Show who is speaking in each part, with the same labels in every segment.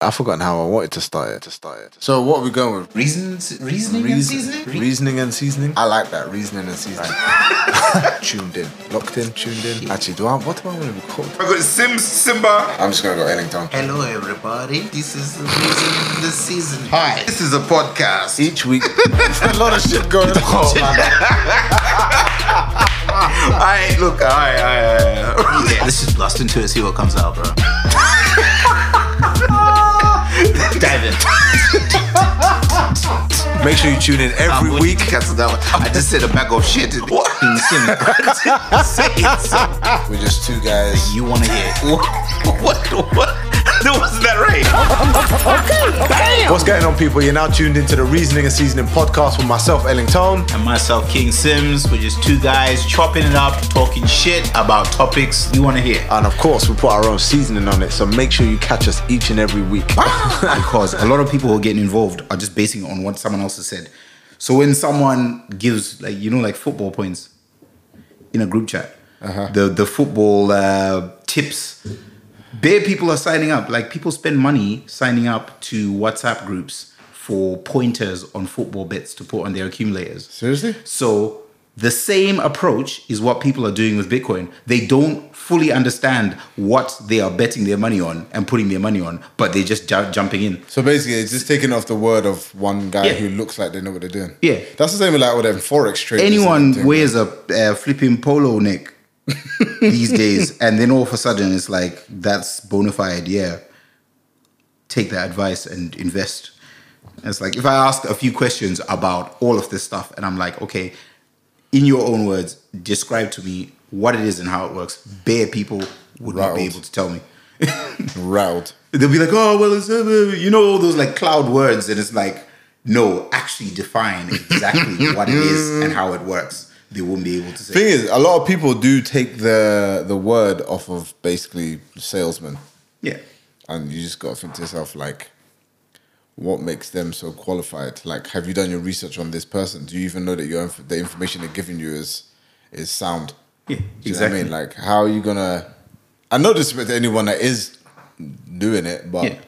Speaker 1: I've forgotten how I wanted to start it. To start it. So what are we going with?
Speaker 2: Reasons, reasoning, and
Speaker 1: Reason-
Speaker 2: seasoning.
Speaker 1: reasoning and seasoning. I like that reasoning and seasoning. tuned in, locked in, tuned in. Actually, do I? What do I want to be called?
Speaker 3: I got Sims, Simba.
Speaker 1: I'm just gonna go Ellington.
Speaker 2: Hello, everybody. This is the reason, the season. Hi.
Speaker 3: This is a podcast.
Speaker 1: Each week, Oh, a lot of shit going on.
Speaker 3: I look, I, I,
Speaker 2: Yeah, let's just blast into it and see what comes out, bro. Dive in.
Speaker 1: Make sure you tune in every
Speaker 2: We
Speaker 1: week.
Speaker 2: cancel that one. I just said a bag of shit. What?
Speaker 1: We're just two guys.
Speaker 2: you want to hear? What? What? what? No, wasn't that right?
Speaker 1: What's going on, people? You're now tuned into the Reasoning and Seasoning podcast with myself, Ellington.
Speaker 2: And myself, King Sims. We're just two guys chopping it up, talking shit about topics you want to hear.
Speaker 1: And of course, we put our own seasoning on it, so make sure you catch us each and every week.
Speaker 2: because a lot of people who are getting involved are just basing it on what someone else has said. So when someone gives, like you know, like football points in a group chat, the the football uh, tips, bare people are signing up. Like people spend money signing up to WhatsApp groups for pointers on football bets to put on their accumulators.
Speaker 1: Seriously?
Speaker 2: So the same approach is what people are doing with Bitcoin. They don't fully understand what they are betting their money on and putting their money on, but they're just ju- jumping in.
Speaker 4: So basically, it's just taking off the word of one guy
Speaker 2: Yeah.
Speaker 4: who looks like they know what they're doing.
Speaker 2: Yeah.
Speaker 4: that's the same with like all them forex traders. and
Speaker 2: Anyone
Speaker 4: everything.
Speaker 2: wears a uh, flipping polo neck these days, and then all of a sudden it's like that's bona fide. Yeah, take that advice and invest. And it's like if I ask a few questions about all of this stuff, and I'm like, okay, in your own words, describe to me what it is and how it works. Bare people would not be
Speaker 4: Rattled.
Speaker 2: able to tell me.
Speaker 4: rattled.
Speaker 2: They'll be like, oh well, it's uh, you know all those like cloud words, and it's like, no, actually define exactly what it is and how it works. They won't be able to say.
Speaker 4: Thing is, a lot of people do take the the word off of basically salesmen,
Speaker 2: Yeah.
Speaker 4: and you just got to think to yourself like, what makes them so qualified? Like, have you done your research on this person? Do you even know that your inf- the information they're giving you is is sound?
Speaker 2: Yeah,
Speaker 4: Do you know what
Speaker 2: exactly.
Speaker 4: I mean? Like, how are you gonna? I no disrespect to anyone that is doing it, but
Speaker 2: Yeah.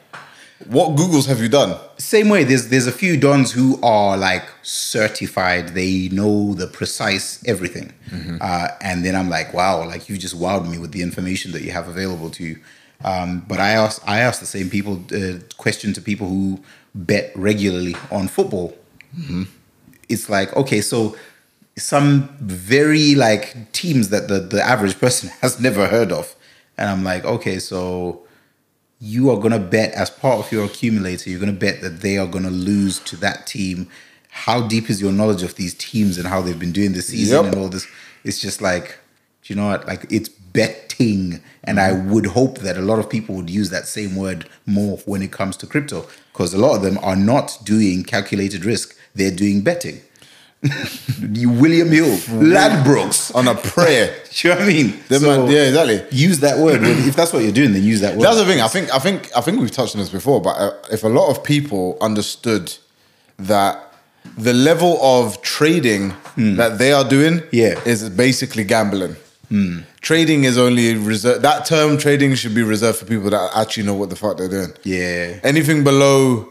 Speaker 4: what Googles have you done?
Speaker 2: Same way, there's there's a few dons who are like certified. They know the precise everything, uh, and then I'm like, wow, like you just wowed me with the information that you have available to you. Um, but I ask I ask the same people uh, question to people who bet regularly on football it's like okay so some very like teams that the, the average person has never heard of and i'm like okay so you are going to bet as part of your accumulator you're going to bet that they are going to lose to that team how deep is your knowledge of these teams and how they've been doing this season
Speaker 4: Yep.
Speaker 2: and all this it's just like do you know what like it's betting and i
Speaker 4: Mm-hmm.
Speaker 2: would hope that a lot of people would use that same word more when it comes to crypto because a lot of them are not doing calculated risk they're doing betting you William Hill, Ladbrokes.
Speaker 4: on a prayer.
Speaker 2: Do you know what I mean?
Speaker 4: Them
Speaker 2: So,
Speaker 4: man- yeah, exactly.
Speaker 2: Use that word. When, if that's what you're doing, then use that word.
Speaker 4: That's the thing. I think I think I think we've touched on this before, but uh, if a lot of people understood that the level of trading that they are doing
Speaker 2: Hmm. Yeah. Hmm.
Speaker 4: is basically gambling. Trading is only reserved. That term trading should be reserved for people that actually know what the fuck they're doing.
Speaker 2: Yeah.
Speaker 4: Anything below,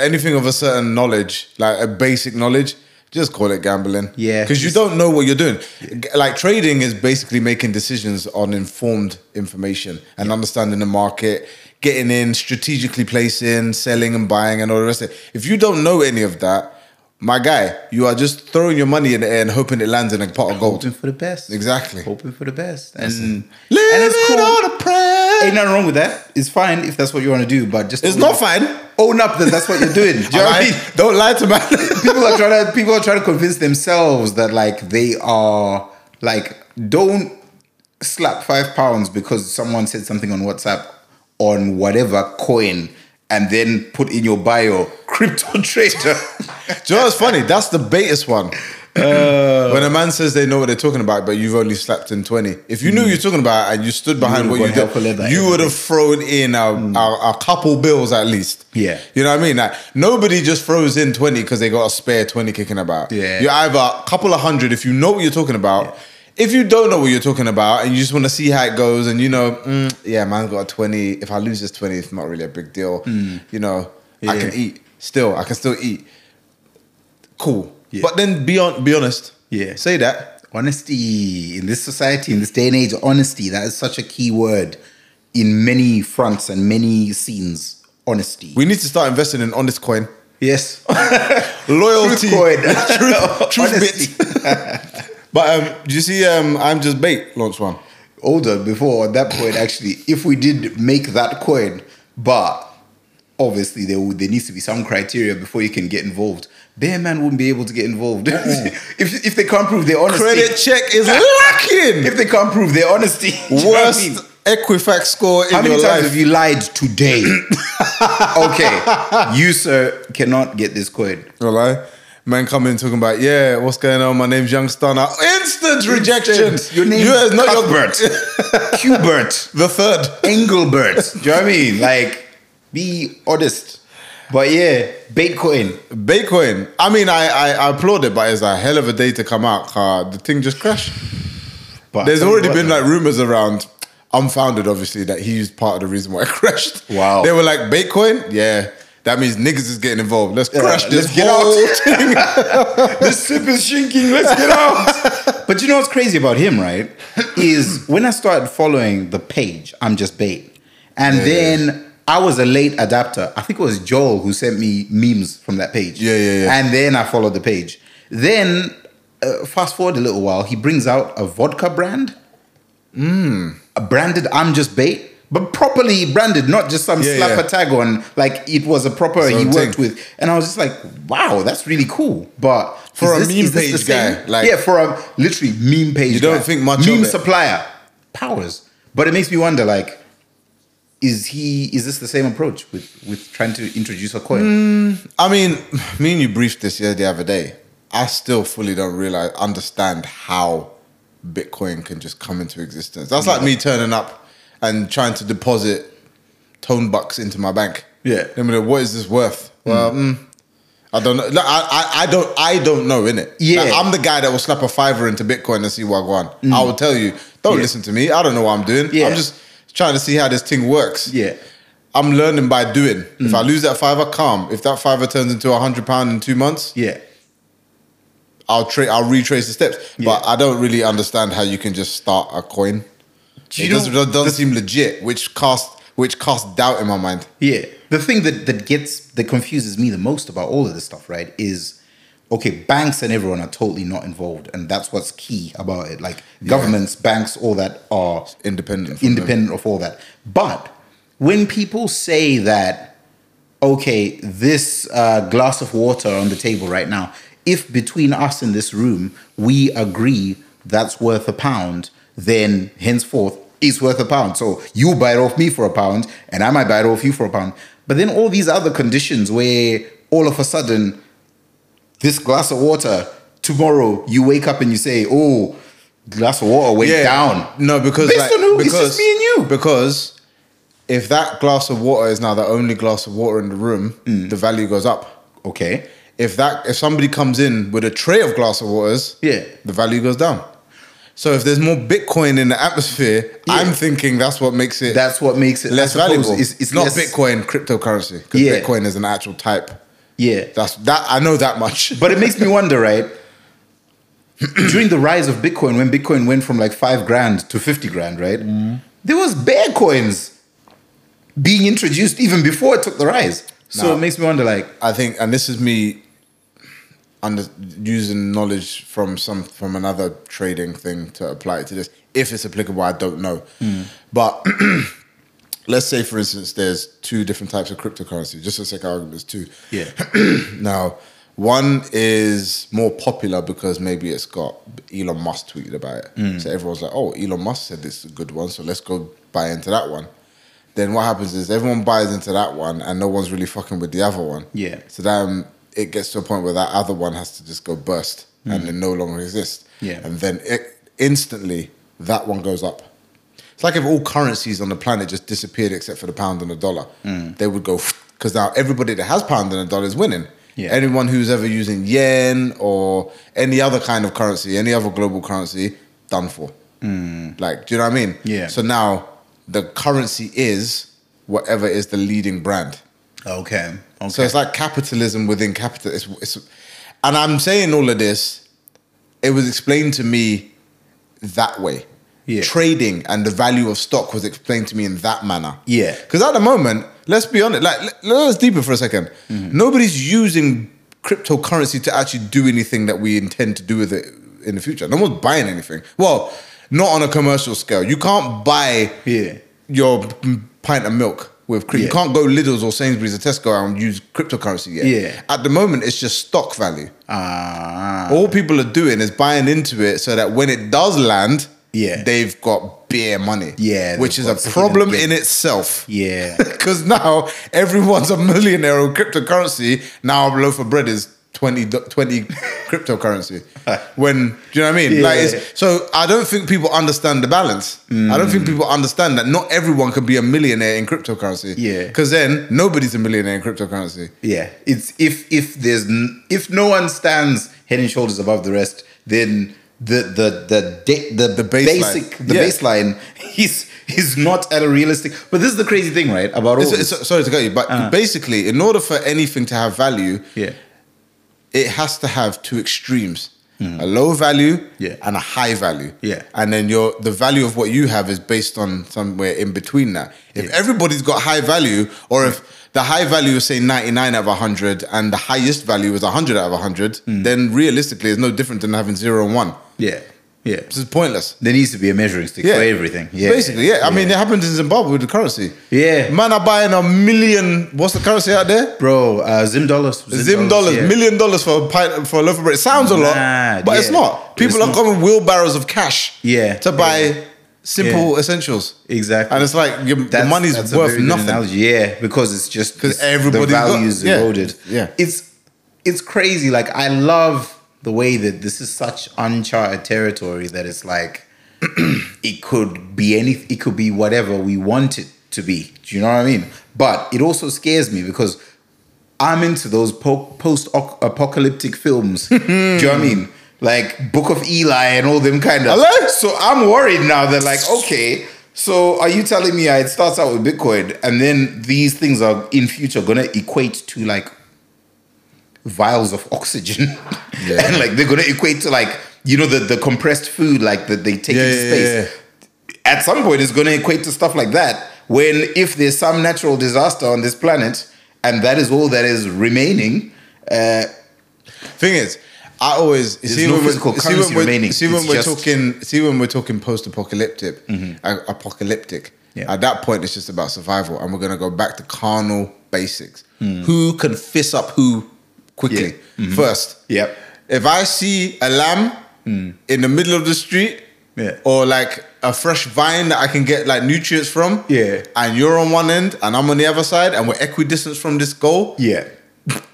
Speaker 4: anything of a certain knowledge, like a basic knowledge, just call it gambling.
Speaker 2: Yeah.
Speaker 4: Because you don't know what you're doing. G- Like trading is basically making decisions on informed information and understanding the market, getting in, strategically placing, selling and buying, and all the rest of it. If you don't know any of that, my guy, you are just throwing your money in the air and hoping it lands in a pot of gold.
Speaker 2: Hoping for the best.
Speaker 4: Exactly.
Speaker 2: Hoping for the best. And, and
Speaker 4: Live
Speaker 2: it's
Speaker 4: it
Speaker 2: cool.
Speaker 4: on a prayer.
Speaker 2: Ain't nothing wrong with that. It's fine if that's what you want to do, but just
Speaker 4: It's
Speaker 2: own
Speaker 4: not
Speaker 2: up-
Speaker 4: fine.
Speaker 2: Own up that that's what you're doing. Do you know what I
Speaker 4: Alright?
Speaker 2: mean?
Speaker 4: Don't lie to man.
Speaker 2: people are trying to people are trying to convince themselves that like they are like don't slap five pounds because someone said something on WhatsApp on whatever coin and then put in your bio crypto trader.
Speaker 4: Do you know what's funny? That's the baitest one.
Speaker 2: Uh,
Speaker 4: when a man says they know what they're talking about, but you've only slapped in 20. If you knew what you're talking about and you stood behind
Speaker 2: would've
Speaker 4: what you
Speaker 2: gone hell for leather Hmm.
Speaker 4: did, you would have thrown in a, a, a couple bills at least.
Speaker 2: Yeah.
Speaker 4: You know what I mean? Like, nobody just throws in 20 because they got a spare 20 kicking about.
Speaker 2: Yeah.
Speaker 4: You're either a couple of hundred if you know what you're talking about. if you don't know what you're talking about and you just want to see how it goes, and you know, mm, yeah, man, got a twenty. If I lose this twenty, it's not really a big deal. You know,
Speaker 2: Hmm.
Speaker 4: I
Speaker 2: Yeah.
Speaker 4: can eat still. I can still eat. Cool.
Speaker 2: Yeah.
Speaker 4: But then be on, be honest.
Speaker 2: Yeah.
Speaker 4: Say that.
Speaker 2: Honesty in this society, in this day and age, honesty, that is such a key word in many fronts and many scenes. Honesty.
Speaker 4: We need to start investing in honest coin.
Speaker 2: yes.
Speaker 4: Loyalty.
Speaker 2: truth,
Speaker 4: truth But um, do you see? Um, I'm just bait. Launch one.
Speaker 2: older before at that point actually if we did make that coin but obviously there would there needs to be some criteria before you can get involved bear man wouldn't be able to get involved if, if they can't prove their honesty
Speaker 4: Oh. Credit check is lacking.
Speaker 2: if they can't prove their honesty do you know what I mean?
Speaker 4: Worst Equifax score in
Speaker 2: how many
Speaker 4: your
Speaker 2: times
Speaker 4: life.
Speaker 2: have you lied today okay you sir cannot get this coin
Speaker 4: Well, I man come in talking about yeah, what's going on? My name's Young Stunner. Instant rejection.
Speaker 2: your name
Speaker 4: You- it's
Speaker 2: is
Speaker 4: not your-
Speaker 2: Cuthbert Hubert
Speaker 4: the third.
Speaker 2: Engelbert. Do you know what I mean? Like, be honest. But yeah, Bitcoin.
Speaker 4: Bitcoin. I mean, I, I I applaud it, but it's a hell of a day to come out. car. the thing just crashed.
Speaker 2: But
Speaker 4: There's
Speaker 2: I tell you
Speaker 4: already
Speaker 2: what,
Speaker 4: been
Speaker 2: man.
Speaker 4: like rumors around, unfounded obviously, that he was part of the reason why it crashed.
Speaker 2: Wow.
Speaker 4: They were like, Bitcoin? Yeah. That means niggas is getting involved. Let's crash
Speaker 2: let's
Speaker 4: this
Speaker 2: get out."
Speaker 4: whole thing.
Speaker 2: the ship is shrinking. Let's get out. but you know what's crazy about him, right? Is when I started following the page, I'm just bait, and then I was a late adapter. I think it was Joel who sent me memes from that page.
Speaker 4: Yeah, yeah, yeah.
Speaker 2: And then I followed the page. Then uh, fast forward a little while, he brings out a vodka brand, mm. branded. I'm just bait. But properly branded, not just some
Speaker 4: Yeah,
Speaker 2: slap
Speaker 4: yeah.
Speaker 2: a tag on. Like it was a proper he
Speaker 4: own
Speaker 2: worked
Speaker 4: thing.
Speaker 2: with with. And I was just like, wow, that's really cool. But
Speaker 4: For
Speaker 2: is
Speaker 4: a meme
Speaker 2: is the
Speaker 4: page
Speaker 2: same-
Speaker 4: guy, like-
Speaker 2: yeah, for a literally meme page.
Speaker 4: You don't
Speaker 2: guy.
Speaker 4: think much of
Speaker 2: meme
Speaker 4: it.
Speaker 2: supplier powers, but it makes me wonder, like, is he is this the same approach with with trying to introduce a coin?
Speaker 4: I mean, me and you briefed this yeah, the other day. I still fully don't realize, understand how Bitcoin can just come into existence. That's like me turning up and trying to deposit tone bucks into my bank.
Speaker 2: Yeah.
Speaker 4: I mean, what is this worth? Well,
Speaker 2: Hmm.
Speaker 4: mm, I don't know. No, I, I, I don't. I don't know. In it.
Speaker 2: Yeah. Hmm.
Speaker 4: I'm the guy that will slap a fiver into Bitcoin and see what go on. I will tell you. Don't
Speaker 2: Yeah.
Speaker 4: listen to me. I don't know what I'm doing.
Speaker 2: Yeah.
Speaker 4: I'm just trying to see how this thing works.
Speaker 2: Yeah. Hmm.
Speaker 4: I'm learning by doing. If I lose that fiver, calm. If that fiver turns into a hundred pound in two months,
Speaker 2: Yeah,
Speaker 4: I'll tra- I'll retrace the steps. But
Speaker 2: Yeah.
Speaker 4: I don't really understand how you can just start a coin.
Speaker 2: you
Speaker 4: it doesn't,
Speaker 2: know-
Speaker 4: doesn't seem legit, which cast which cast doubt in my mind.
Speaker 2: yeah. The thing that that gets that confuses me the most about all of this stuff, right, is. Okay, banks and everyone are totally not involved, and that's what's key about it. Like governments, banks, all that are
Speaker 4: Independent. from them.
Speaker 2: independent of all that. But when people say that, okay, this uh, glass of water on the table right now, if between us in this room we agree that's worth a pound, then henceforth it's worth a pound. So you buy it off me for a pound, and I might buy it off you for a pound. But then all these other conditions where all of a sudden this glass of water tomorrow you wake up and you say, oh, glass of water went down.
Speaker 4: No, because
Speaker 2: Based
Speaker 4: like,
Speaker 2: on who? It's
Speaker 4: Because,
Speaker 2: just me and you.
Speaker 4: Because if that glass of water is now the only glass of water in the room,
Speaker 2: Mm.
Speaker 4: the value goes up.
Speaker 2: Okay.
Speaker 4: if that if somebody comes in with a tray of glass of waters,
Speaker 2: Yeah.
Speaker 4: the value goes down. So if there's more Bitcoin in the atmosphere, I'm thinking that's what makes it
Speaker 2: That's what makes it I
Speaker 4: less
Speaker 2: suppose
Speaker 4: valuable.
Speaker 2: It's, it's
Speaker 4: not
Speaker 2: less-
Speaker 4: Bitcoin, cryptocurrency. Because
Speaker 2: Yeah.
Speaker 4: Bitcoin is an actual type.
Speaker 2: Yeah.
Speaker 4: That's that I know that much.
Speaker 2: But it makes me wonder, right? During the rise of Bitcoin, when Bitcoin went from like five grand to 50 grand, right?
Speaker 4: Mm-hmm.
Speaker 2: There was bear coins being introduced even before it took the rise. So
Speaker 4: Nah.
Speaker 2: it makes me wonder, like,
Speaker 4: I think, and this is me under using knowledge from some from another trading thing to apply it to this. If it's applicable, I don't know. But let's say, for instance, there's two different types of cryptocurrency. Just for the sake of argument, there's two.
Speaker 2: yeah,
Speaker 4: Now, one is more popular because maybe it's got Elon Musk tweeted about it.
Speaker 2: Mm.
Speaker 4: So everyone's like, oh, Elon Musk said this is a good one, so let's go buy into that one. Then what happens is everyone buys into that one and no one's really fucking with the other one.
Speaker 2: Yeah.
Speaker 4: So then it gets to a point where that other one has to just go burst and it no longer exists.
Speaker 2: Mm. Yeah.
Speaker 4: And then it, instantly that one goes up. It's like if all currencies on the planet just disappeared except for the pound and the dollar. They would go because now everybody that has pound and a dollar is winning.
Speaker 2: Yeah.
Speaker 4: Anyone who's ever using yen or any other kind of currency, any other global currency, done for. Like, do you know what I mean?
Speaker 2: Hmm. Yeah.
Speaker 4: So now the currency is whatever is the leading brand.
Speaker 2: Okay. Okay.
Speaker 4: So it's like capitalism within capital. It's, it's, and I'm saying all of this, it was explained to me that way.
Speaker 2: Yeah.
Speaker 4: Trading and the value of stock was explained to me in that manner.
Speaker 2: Yeah.
Speaker 4: Because at the moment, let's be honest, like let- let's deeper for a 2nd
Speaker 2: Mm-hmm.
Speaker 4: Nobody's using cryptocurrency to actually do anything that we intend to do with it in the future. No one's buying anything. Well, not on a commercial scale. You can't buy
Speaker 2: Yeah.
Speaker 4: your pint of milk with crypto. You
Speaker 2: Yeah.
Speaker 4: can't go Lidl's or Sainsbury's or Tesco and use cryptocurrency yet.
Speaker 2: Yeah.
Speaker 4: At the moment, it's just stock value.
Speaker 2: Ah.
Speaker 4: All people are doing is buying into it so that when it does land,
Speaker 2: Yeah.
Speaker 4: they've got beer money.
Speaker 2: Yeah,
Speaker 4: Which
Speaker 2: they've
Speaker 4: is a
Speaker 2: got skin in
Speaker 4: problem
Speaker 2: the game.
Speaker 4: in itself.
Speaker 2: Yeah.
Speaker 4: Because now everyone's a millionaire on cryptocurrency. Now a loaf of bread is 20, do- 20 cryptocurrency. When, do you know what I mean?
Speaker 2: Yeah.
Speaker 4: Like it's, so I don't think people understand the balance. I don't
Speaker 2: Hmm.
Speaker 4: think people understand that not everyone can be a millionaire in cryptocurrency.
Speaker 2: Yeah.
Speaker 4: Because then nobody's a millionaire in cryptocurrency.
Speaker 2: Yeah, it's if if there's n- if no one stands head and shoulders above the rest, then the the the de- the, the
Speaker 4: baseline.
Speaker 2: basic the
Speaker 4: Yeah.
Speaker 2: baseline is is not at a realistic. But this is the crazy thing, right? About all
Speaker 4: It's-
Speaker 2: this.
Speaker 4: it's- sorry to cut you, but
Speaker 2: Uh.
Speaker 4: basically, in order for anything to have value,
Speaker 2: yeah,
Speaker 4: it has to have two extremes a low value
Speaker 2: Hmm. Yeah.
Speaker 4: and a high value
Speaker 2: Yeah.
Speaker 4: and then your the value of what you have is based on somewhere in between that if everybody's got high value or if the high value is say 99 out of 100 and the highest value is 100 out of 100
Speaker 2: Hmm.
Speaker 4: then realistically it's no different than having 0 and 1
Speaker 2: yeah, yeah.
Speaker 4: this is pointless
Speaker 2: There needs to be a measuring stick for everything. Yeah,
Speaker 4: basically yeah, i mean it happens in zimbabwe with the currency
Speaker 2: Yeah.
Speaker 4: man are buying a million what's the currency out there
Speaker 2: bro, uh, Zim dollars,
Speaker 4: Zim dollars,
Speaker 2: yeah.
Speaker 4: million dollars for a pint, for a loaf of bread. It sounds a lot,
Speaker 2: Mad,
Speaker 4: but it's
Speaker 2: yeah.
Speaker 4: not. People
Speaker 2: It's
Speaker 4: are
Speaker 2: not.
Speaker 4: coming wheelbarrows of cash,
Speaker 2: Yeah,
Speaker 4: to buy
Speaker 2: yeah.
Speaker 4: simple essentials.
Speaker 2: Exactly.
Speaker 4: And it's like your, the
Speaker 2: That's-
Speaker 4: money's
Speaker 2: that's a
Speaker 4: worth
Speaker 2: very good
Speaker 4: nothing.
Speaker 2: analogy. Yeah, because it's just
Speaker 4: 'Cause
Speaker 2: because
Speaker 4: everybody's
Speaker 2: the
Speaker 4: got-
Speaker 2: values
Speaker 4: yeah,
Speaker 2: eroded.
Speaker 4: yeah.
Speaker 2: it's it's crazy. Like I love the way that this is such uncharted territory that it's like it could be any, it could be whatever we want it to be. Do you know what I mean? But it also scares me because I'm into those po- post-apocalyptic films. Do you know what I mean? Like Book of Eli and all them kind of.
Speaker 4: Hello?
Speaker 2: So I'm worried now. They're like, okay, so are you telling me uh, it starts out with Bitcoin and then these things are in future gonna equate to like vials of oxygen,
Speaker 4: Yeah.
Speaker 2: and like they're gonna equate to like you know the the compressed food like that they take
Speaker 4: Yeah,
Speaker 2: in
Speaker 4: yeah,
Speaker 2: space
Speaker 4: yeah.
Speaker 2: at some point it's going to equate to stuff like that when if there's some natural disaster on this planet and that is all that is remaining
Speaker 4: Thing is, I always see,
Speaker 2: no
Speaker 4: when we're-
Speaker 2: physical
Speaker 4: see when
Speaker 2: currency
Speaker 4: we're,
Speaker 2: remaining.
Speaker 4: See when
Speaker 2: It's
Speaker 4: we're
Speaker 2: just- Mm-hmm.
Speaker 4: talking, see when we're talking post-apocalyptic, uh, apocalyptic.
Speaker 2: Yeah.
Speaker 4: At that point, it's just about survival, and we're gonna go back to carnal basics.
Speaker 2: Hmm.
Speaker 4: Who can fist up who quickly
Speaker 2: Mm-hmm.
Speaker 4: first?
Speaker 2: Yep.
Speaker 4: If I see a lamb in the middle of the street,
Speaker 2: Hmm. Yeah.
Speaker 4: or like a fresh vine that I can get like nutrients from,
Speaker 2: Yeah.
Speaker 4: and you're on one end and I'm on the other side, and we're equidistant from this goal,
Speaker 2: yeah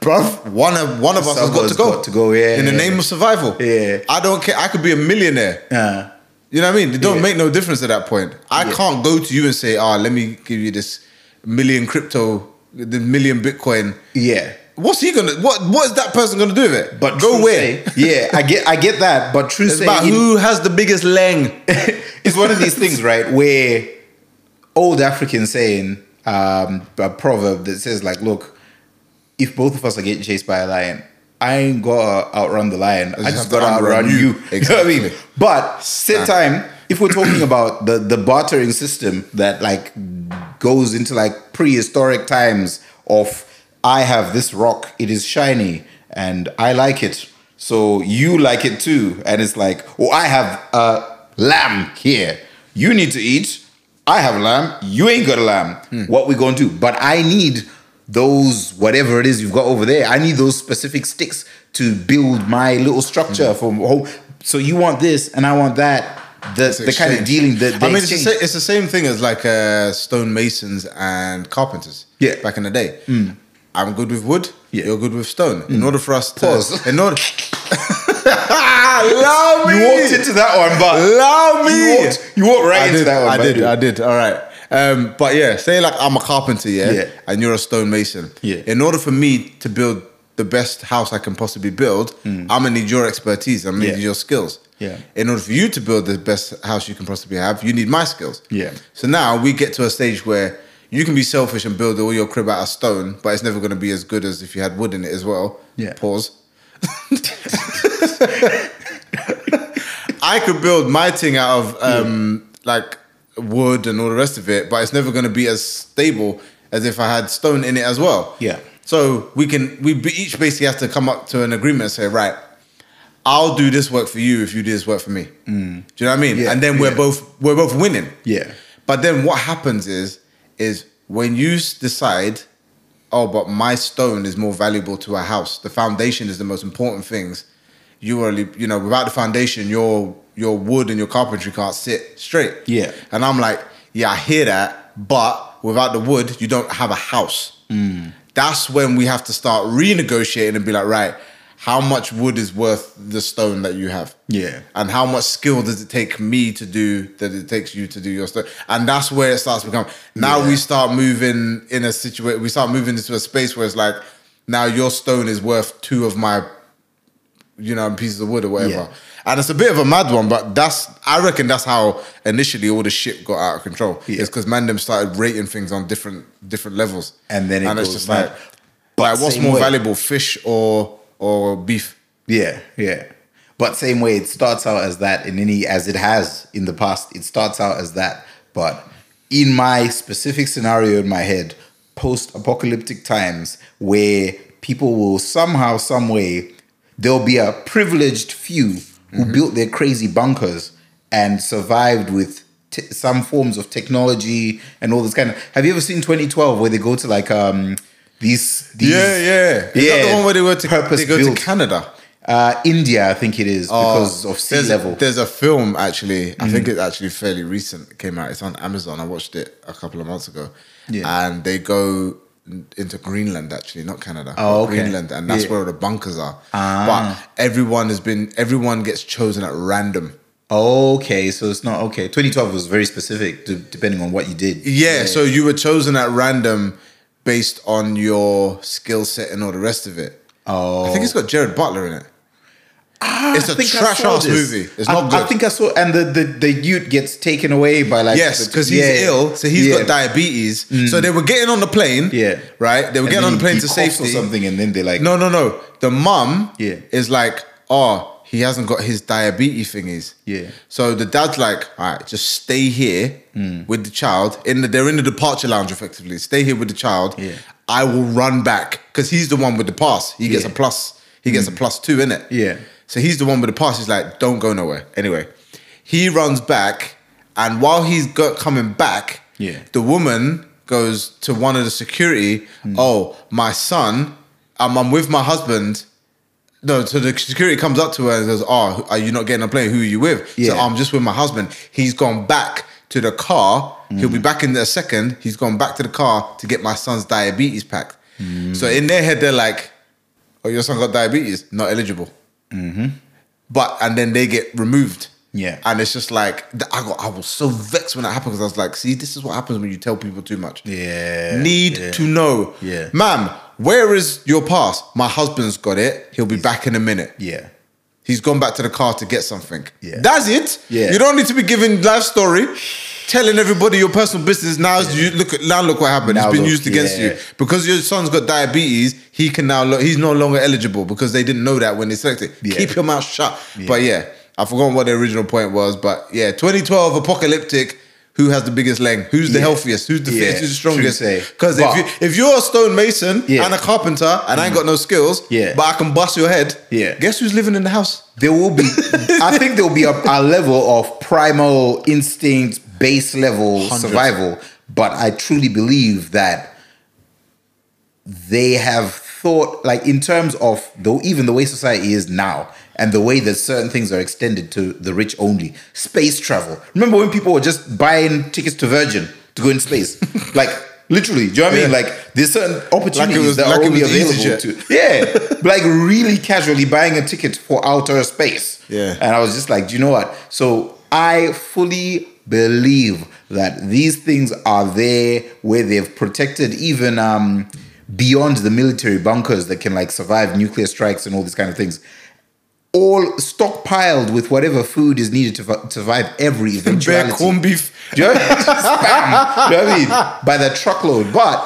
Speaker 4: bruv, one of one of us has got
Speaker 2: Someone's
Speaker 4: to go.
Speaker 2: got to go, yeah.
Speaker 4: In the name of survival.
Speaker 2: Yeah.
Speaker 4: I don't care. I could be a millionaire.
Speaker 2: uh,
Speaker 4: You know what I mean? It don't
Speaker 2: Yeah.
Speaker 4: make no difference at that point. I
Speaker 2: Yeah.
Speaker 4: can't go to you and say, "Ah, let me give you this million crypto, the million Bitcoin."
Speaker 2: yeah
Speaker 4: What's he gonna? What What is that person gonna do with it?
Speaker 2: but
Speaker 4: go
Speaker 2: true
Speaker 4: where?
Speaker 2: say- yeah i get i get that but true
Speaker 4: It's
Speaker 2: say
Speaker 4: about
Speaker 2: in-
Speaker 4: who has the biggest leng.
Speaker 2: it's one of these things, right, where old African saying, um, a proverb that says, like, look, if both of us are getting chased by a lion, I ain't gotta outrun the lion. I,
Speaker 4: just
Speaker 2: just
Speaker 4: have
Speaker 2: gotta
Speaker 4: to
Speaker 2: outrun,
Speaker 4: outrun
Speaker 2: you.
Speaker 4: you.
Speaker 2: You know what I mean?
Speaker 4: Exactly.
Speaker 2: But same time, if we're talking about the the bartering system that like goes into like prehistoric times of I have this rock, it is shiny, and I like it. So you like it too. And it's like, oh, I have a lamb here. You need to eat. I have a lamb. You ain't got a lamb. What we gonna do? But I need those whatever it is you've got over there. I need those specific sticks to build my little structure from home. So you want this and I want that. The, the kind of
Speaker 4: Exchange.
Speaker 2: dealing that they
Speaker 4: I mean, it's the,
Speaker 2: exchange.
Speaker 4: sa- it's the same thing as like uh, stonemasons and carpenters.
Speaker 2: Yeah. Mm.
Speaker 4: back in the day. I'm good with wood.
Speaker 2: Yeah. Mm.
Speaker 4: you're good with stone. In order for us to
Speaker 2: Pause.
Speaker 4: in order, allow me.
Speaker 2: You walked into that one, but
Speaker 4: allow me.
Speaker 2: you walked, you walked right
Speaker 4: I
Speaker 2: into
Speaker 4: did.
Speaker 2: that one.
Speaker 4: I
Speaker 2: but-
Speaker 4: did. I did. All right. Um, but yeah, say like I'm a carpenter, yeah,
Speaker 2: Yeah.
Speaker 4: and you're a stonemason.
Speaker 2: Yeah.
Speaker 4: In order for me to build the best house I can possibly build, I'm gonna need your expertise. I'm gonna
Speaker 2: Mm. Yeah.
Speaker 4: need your skills.
Speaker 2: Yeah.
Speaker 4: In order for you to build the best house you can possibly have, you need my skills.
Speaker 2: Yeah.
Speaker 4: So now we get to a stage where you can be selfish and build all your crib out of stone, but it's never going to be as good as if you had wood in it as well.
Speaker 2: Yeah.
Speaker 4: Pause. I could build my thing out of um, like wood and all the rest of it, but it's never going to be as stable as if I had stone in it as well.
Speaker 2: Yeah.
Speaker 4: So we can we b- each basically have to come up to an agreement and say, right, I'll do this work for you if you do this work for me. Do you know what I mean?
Speaker 2: Mm. Yeah,
Speaker 4: And then we're
Speaker 2: yeah.
Speaker 4: both we're both winning.
Speaker 2: Yeah.
Speaker 4: But then what happens is is when you s- decide, oh, but my stone is more valuable to a house. The foundation is the most important things. You are li- you know without the foundation, your your wood and your carpentry can't sit straight.
Speaker 2: Yeah.
Speaker 4: And I'm like, yeah, I hear that, but without the wood, you don't have a house. That's when we have to start renegotiating and be like, right, how much wood is worth the stone that you have?
Speaker 2: Yeah.
Speaker 4: and how much skill does it take me to do that it takes you to do your stuff and that's where it starts to become now we start moving in a situation we start moving into a space where it's like now your stone is worth two of my you know pieces of wood or whatever
Speaker 2: Yeah.
Speaker 4: and it's a bit of a mad one but that's i reckon that's how initially all the shit got out of control
Speaker 2: Yeah.
Speaker 4: it's because man them started rating things on different different levels
Speaker 2: And then it
Speaker 4: and it's
Speaker 2: goes
Speaker 4: just
Speaker 2: mad.
Speaker 4: like like what's
Speaker 2: same
Speaker 4: more
Speaker 2: way.
Speaker 4: valuable fish or or beef
Speaker 2: Yeah, yeah. But same way, it starts out as that in any as it has in the past. It starts out as that, but in my specific scenario in my head, post-apocalyptic times where people will somehow, some way, there'll be a privileged few who
Speaker 4: Mm-hmm.
Speaker 2: built their crazy bunkers and survived with t- some forms of technology and all this kind of. Have you ever seen 2012 where they go to like um these? these
Speaker 4: yeah yeah is that the one where they were to, they go
Speaker 2: purpose-built-
Speaker 4: to canada
Speaker 2: uh, India, I think it is, because of Mm. sea
Speaker 4: Oh, there's
Speaker 2: level.
Speaker 4: A, there's a film actually. I think it's actually fairly recent. It came out. It's on Amazon. I watched it a couple of months ago.
Speaker 2: Yeah.
Speaker 4: And they go n- into Greenland actually, not Canada.
Speaker 2: Oh,
Speaker 4: but
Speaker 2: okay.
Speaker 4: Greenland, and that's
Speaker 2: Yeah. Ah.
Speaker 4: where all the bunkers are. But everyone has been. Everyone gets chosen at random.
Speaker 2: okay, so it's not okay. 2012 was very specific, d- depending on what you did.
Speaker 4: Yeah, so you were chosen at random based on your skill set and all the rest of it.
Speaker 2: Oh,
Speaker 4: I think it's got Jared Butler in it. it's
Speaker 2: Ah, I
Speaker 4: a
Speaker 2: think I
Speaker 4: trash
Speaker 2: saw
Speaker 4: ass
Speaker 2: this.
Speaker 4: movie. It's
Speaker 2: I-
Speaker 4: not good.
Speaker 2: I think I saw, and the the, the Ute gets taken away by like
Speaker 4: Yes,
Speaker 2: the-
Speaker 4: because he's
Speaker 2: yeah.
Speaker 4: ill, so he's
Speaker 2: Yeah. Mm.
Speaker 4: got diabetes. So they were getting on the plane,
Speaker 2: Yeah.
Speaker 4: right? They were
Speaker 2: And
Speaker 4: getting
Speaker 2: then
Speaker 4: on the
Speaker 2: he-
Speaker 4: plane
Speaker 2: he
Speaker 4: to
Speaker 2: coughs
Speaker 4: safety.
Speaker 2: or something, and then they like
Speaker 4: No, no, no. The mum
Speaker 2: Yeah.
Speaker 4: is like, oh, he hasn't got his diabetes thingies.
Speaker 2: Yeah.
Speaker 4: So the dad's like, all right, just stay here with the child. In the, they're in the departure lounge effectively. Stay here with the child.
Speaker 2: Yeah.
Speaker 4: I will run back because he's the one with the pass. He gets
Speaker 2: Yeah. Mm.
Speaker 4: a plus. He gets a plus two in it.
Speaker 2: Yeah.
Speaker 4: So he's the one with the pass. He's like, don't go nowhere. Anyway, he runs back, and while he's got coming back,
Speaker 2: Yeah.
Speaker 4: the woman goes to one of the security.
Speaker 2: Mm.
Speaker 4: Oh, my son, um, I'm with my husband. No, so the security comes up to her and says, "Oh, are you not getting a plane? Who are you with?"
Speaker 2: Yeah.
Speaker 4: So I'm just with my husband. He's gone back to the car. He'll
Speaker 2: Mm.
Speaker 4: be back in a second. He's gone back to the car to get my son's diabetes packed. So in their head, they're like, "Oh, your son got diabetes. Not eligible." But and then they get removed.
Speaker 2: Mm-hmm. Yeah.
Speaker 4: and it's just like th- I got. I was so vexed when that happened because I was like, "See, this is what happens when you tell people too much."
Speaker 2: yeah
Speaker 4: need
Speaker 2: yeah.
Speaker 4: to know.
Speaker 2: Yeah.
Speaker 4: Ma'am, where is your pass? My husband's got it. He'll be back in a minute.
Speaker 2: yeah
Speaker 4: He's gone back to the car to get something.
Speaker 2: Yeah.
Speaker 4: That's it.
Speaker 2: Yeah.
Speaker 4: You don't need to be giving life story, telling everybody your personal business. Now you look at now look what happened.
Speaker 2: Now
Speaker 4: it's been
Speaker 2: look,
Speaker 4: used against
Speaker 2: yeah.
Speaker 4: you. Because your son's got diabetes, he can now lo- he's no longer eligible because they didn't know that when they selected.
Speaker 2: Yeah.
Speaker 4: Keep your mouth shut. But yeah, I forgot what the original point was, but yeah, 2012 apocalyptic. Who has the biggest leg? Who's the
Speaker 2: Yeah.
Speaker 4: healthiest? Who's the
Speaker 2: Yeah,
Speaker 4: fittest? Who's the strongest?
Speaker 2: true say.
Speaker 4: Because
Speaker 2: But-
Speaker 4: if, you, if you're a stone mason
Speaker 2: Yeah.
Speaker 4: and a carpenter and I ain't got no skills,
Speaker 2: Yeah.
Speaker 4: but I can bust your head,
Speaker 2: Yeah.
Speaker 4: guess who's living in the house?
Speaker 2: there will be i think there will be a, a level of primal instinct base level survival but i truly believe that they have thought like in terms of though even the way society is now and the way that certain things are extended to the rich only space travel remember when people were just buying tickets to virgin to go in space like literally do you know what i mean
Speaker 4: Yeah.
Speaker 2: like there's certain opportunities
Speaker 4: was-
Speaker 2: that
Speaker 4: like
Speaker 2: are
Speaker 4: it
Speaker 2: only
Speaker 4: was
Speaker 2: available
Speaker 4: EasyJet.
Speaker 2: to yeah, like really casually buying a ticket for outer space.
Speaker 4: Yeah.
Speaker 2: And I was just like, do you know what? So I fully believe that these things are there where they've protected even um, beyond the military bunkers that can like survive nuclear strikes and all these kind of things. all stockpiled with whatever food is needed to vi- to survive every
Speaker 4: Bare
Speaker 2: eventuality.
Speaker 4: corned beef.
Speaker 2: Do you know what I mean? Spam. Do you know what I mean? By the truckload. But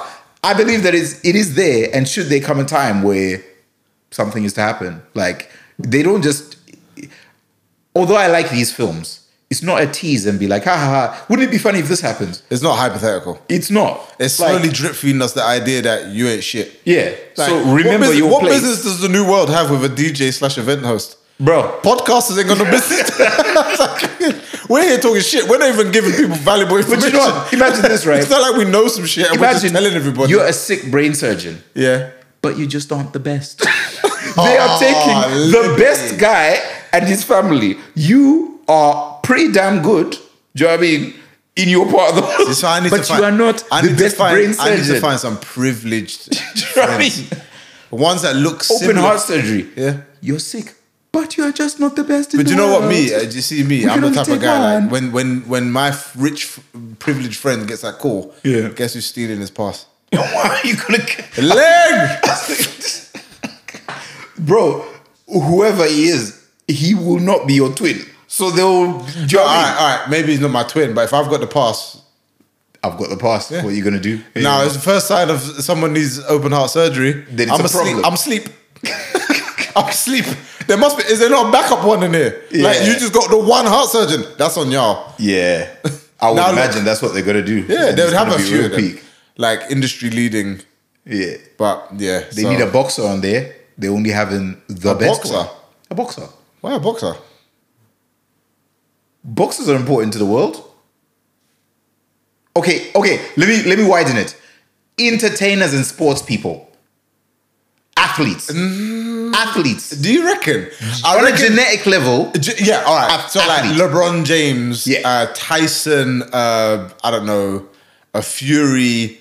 Speaker 2: I believe that it's, it is there, and should there come a time where something is to happen, like they don't just. Although I like these films, it's not a tease and be like, ha ha ha. Wouldn't it be funny if this happens?
Speaker 4: It's not hypothetical.
Speaker 2: It's not.
Speaker 4: It's
Speaker 2: Like,
Speaker 4: slowly drip feeding us the idea that you ain't shit.
Speaker 2: yeah.
Speaker 4: Like,
Speaker 2: so
Speaker 4: what
Speaker 2: remember
Speaker 4: business-
Speaker 2: your
Speaker 4: what
Speaker 2: place,
Speaker 4: business does the new world have with a DJ slash event host?
Speaker 2: bro.
Speaker 4: Podcasters ain't got no business. It's like, we're here talking shit. We're not even giving people valuable
Speaker 2: But you
Speaker 4: information.
Speaker 2: know, what? imagine this, right?
Speaker 4: It's not like we know some shit and we're just
Speaker 2: imagine
Speaker 4: telling everybody.
Speaker 2: you're a sick brain surgeon.
Speaker 4: yeah.
Speaker 2: but you just aren't the best. they
Speaker 4: Oh,
Speaker 2: are taking the
Speaker 4: literally.
Speaker 2: best guy and his family. You are pretty damn good. Do you know what I mean? In your part of the world.
Speaker 4: So I need
Speaker 2: but
Speaker 4: to find,
Speaker 2: you are not
Speaker 4: I
Speaker 2: the
Speaker 4: need to
Speaker 2: best
Speaker 4: find-
Speaker 2: brain
Speaker 4: I need to
Speaker 2: surgeon.
Speaker 4: find some privileged
Speaker 2: Do you know what I mean?
Speaker 4: ones that look
Speaker 2: Open
Speaker 4: similar.
Speaker 2: heart surgery.
Speaker 4: Yeah.
Speaker 2: You're sick, but you are just not the best in
Speaker 4: But
Speaker 2: the
Speaker 4: you know what,
Speaker 2: world.
Speaker 4: me? Uh, you see, me.
Speaker 2: We can
Speaker 4: I'm the
Speaker 2: only
Speaker 4: type of
Speaker 2: take
Speaker 4: guy.
Speaker 2: one.
Speaker 4: Like, when when when my f- rich, f- privileged friend gets that call,
Speaker 2: Yeah.
Speaker 4: guess who's stealing his pass?
Speaker 2: Why are you gonna get-
Speaker 4: Leg.
Speaker 2: Bro, whoever he is, he will not be your twin. So they'll do you know what I mean?
Speaker 4: all right, all right. Maybe he's not my twin, but if I've got the pass,
Speaker 2: I've got the past. What are you gonna do?
Speaker 4: now it's the first sign of someone needs open heart surgery.
Speaker 2: Then it's
Speaker 4: I'm
Speaker 2: a
Speaker 4: asleep.
Speaker 2: problem.
Speaker 4: I'm asleep. I'm asleep. There must be. Is there not a backup one in here? Like
Speaker 2: Yeah.
Speaker 4: you just got the one heart surgeon. That's on y'all.
Speaker 2: Yeah. I would
Speaker 4: Now look-
Speaker 2: imagine that's what they're gonna do.
Speaker 4: Yeah,
Speaker 2: And
Speaker 4: they
Speaker 2: it's
Speaker 4: would have
Speaker 2: gonna
Speaker 4: a
Speaker 2: be
Speaker 4: few
Speaker 2: real
Speaker 4: of them. like industry leading.
Speaker 2: Yeah.
Speaker 4: But yeah,
Speaker 2: They need a boxer on there. They only having the
Speaker 4: A
Speaker 2: best
Speaker 4: boxer?
Speaker 2: one. A boxer.
Speaker 4: why a boxer?
Speaker 2: Boxers are important to the world. Okay, okay, let me let me widen it. Entertainers and sports people. Athletes. Athletes.
Speaker 4: Do you Mm. reckon?
Speaker 2: On a genetic level,
Speaker 4: J- Yeah, all right.
Speaker 2: Ath-
Speaker 4: so
Speaker 2: athlete.
Speaker 4: like LeBron James,
Speaker 2: Yeah.
Speaker 4: uh, Tyson, uh, I don't know, a Fury,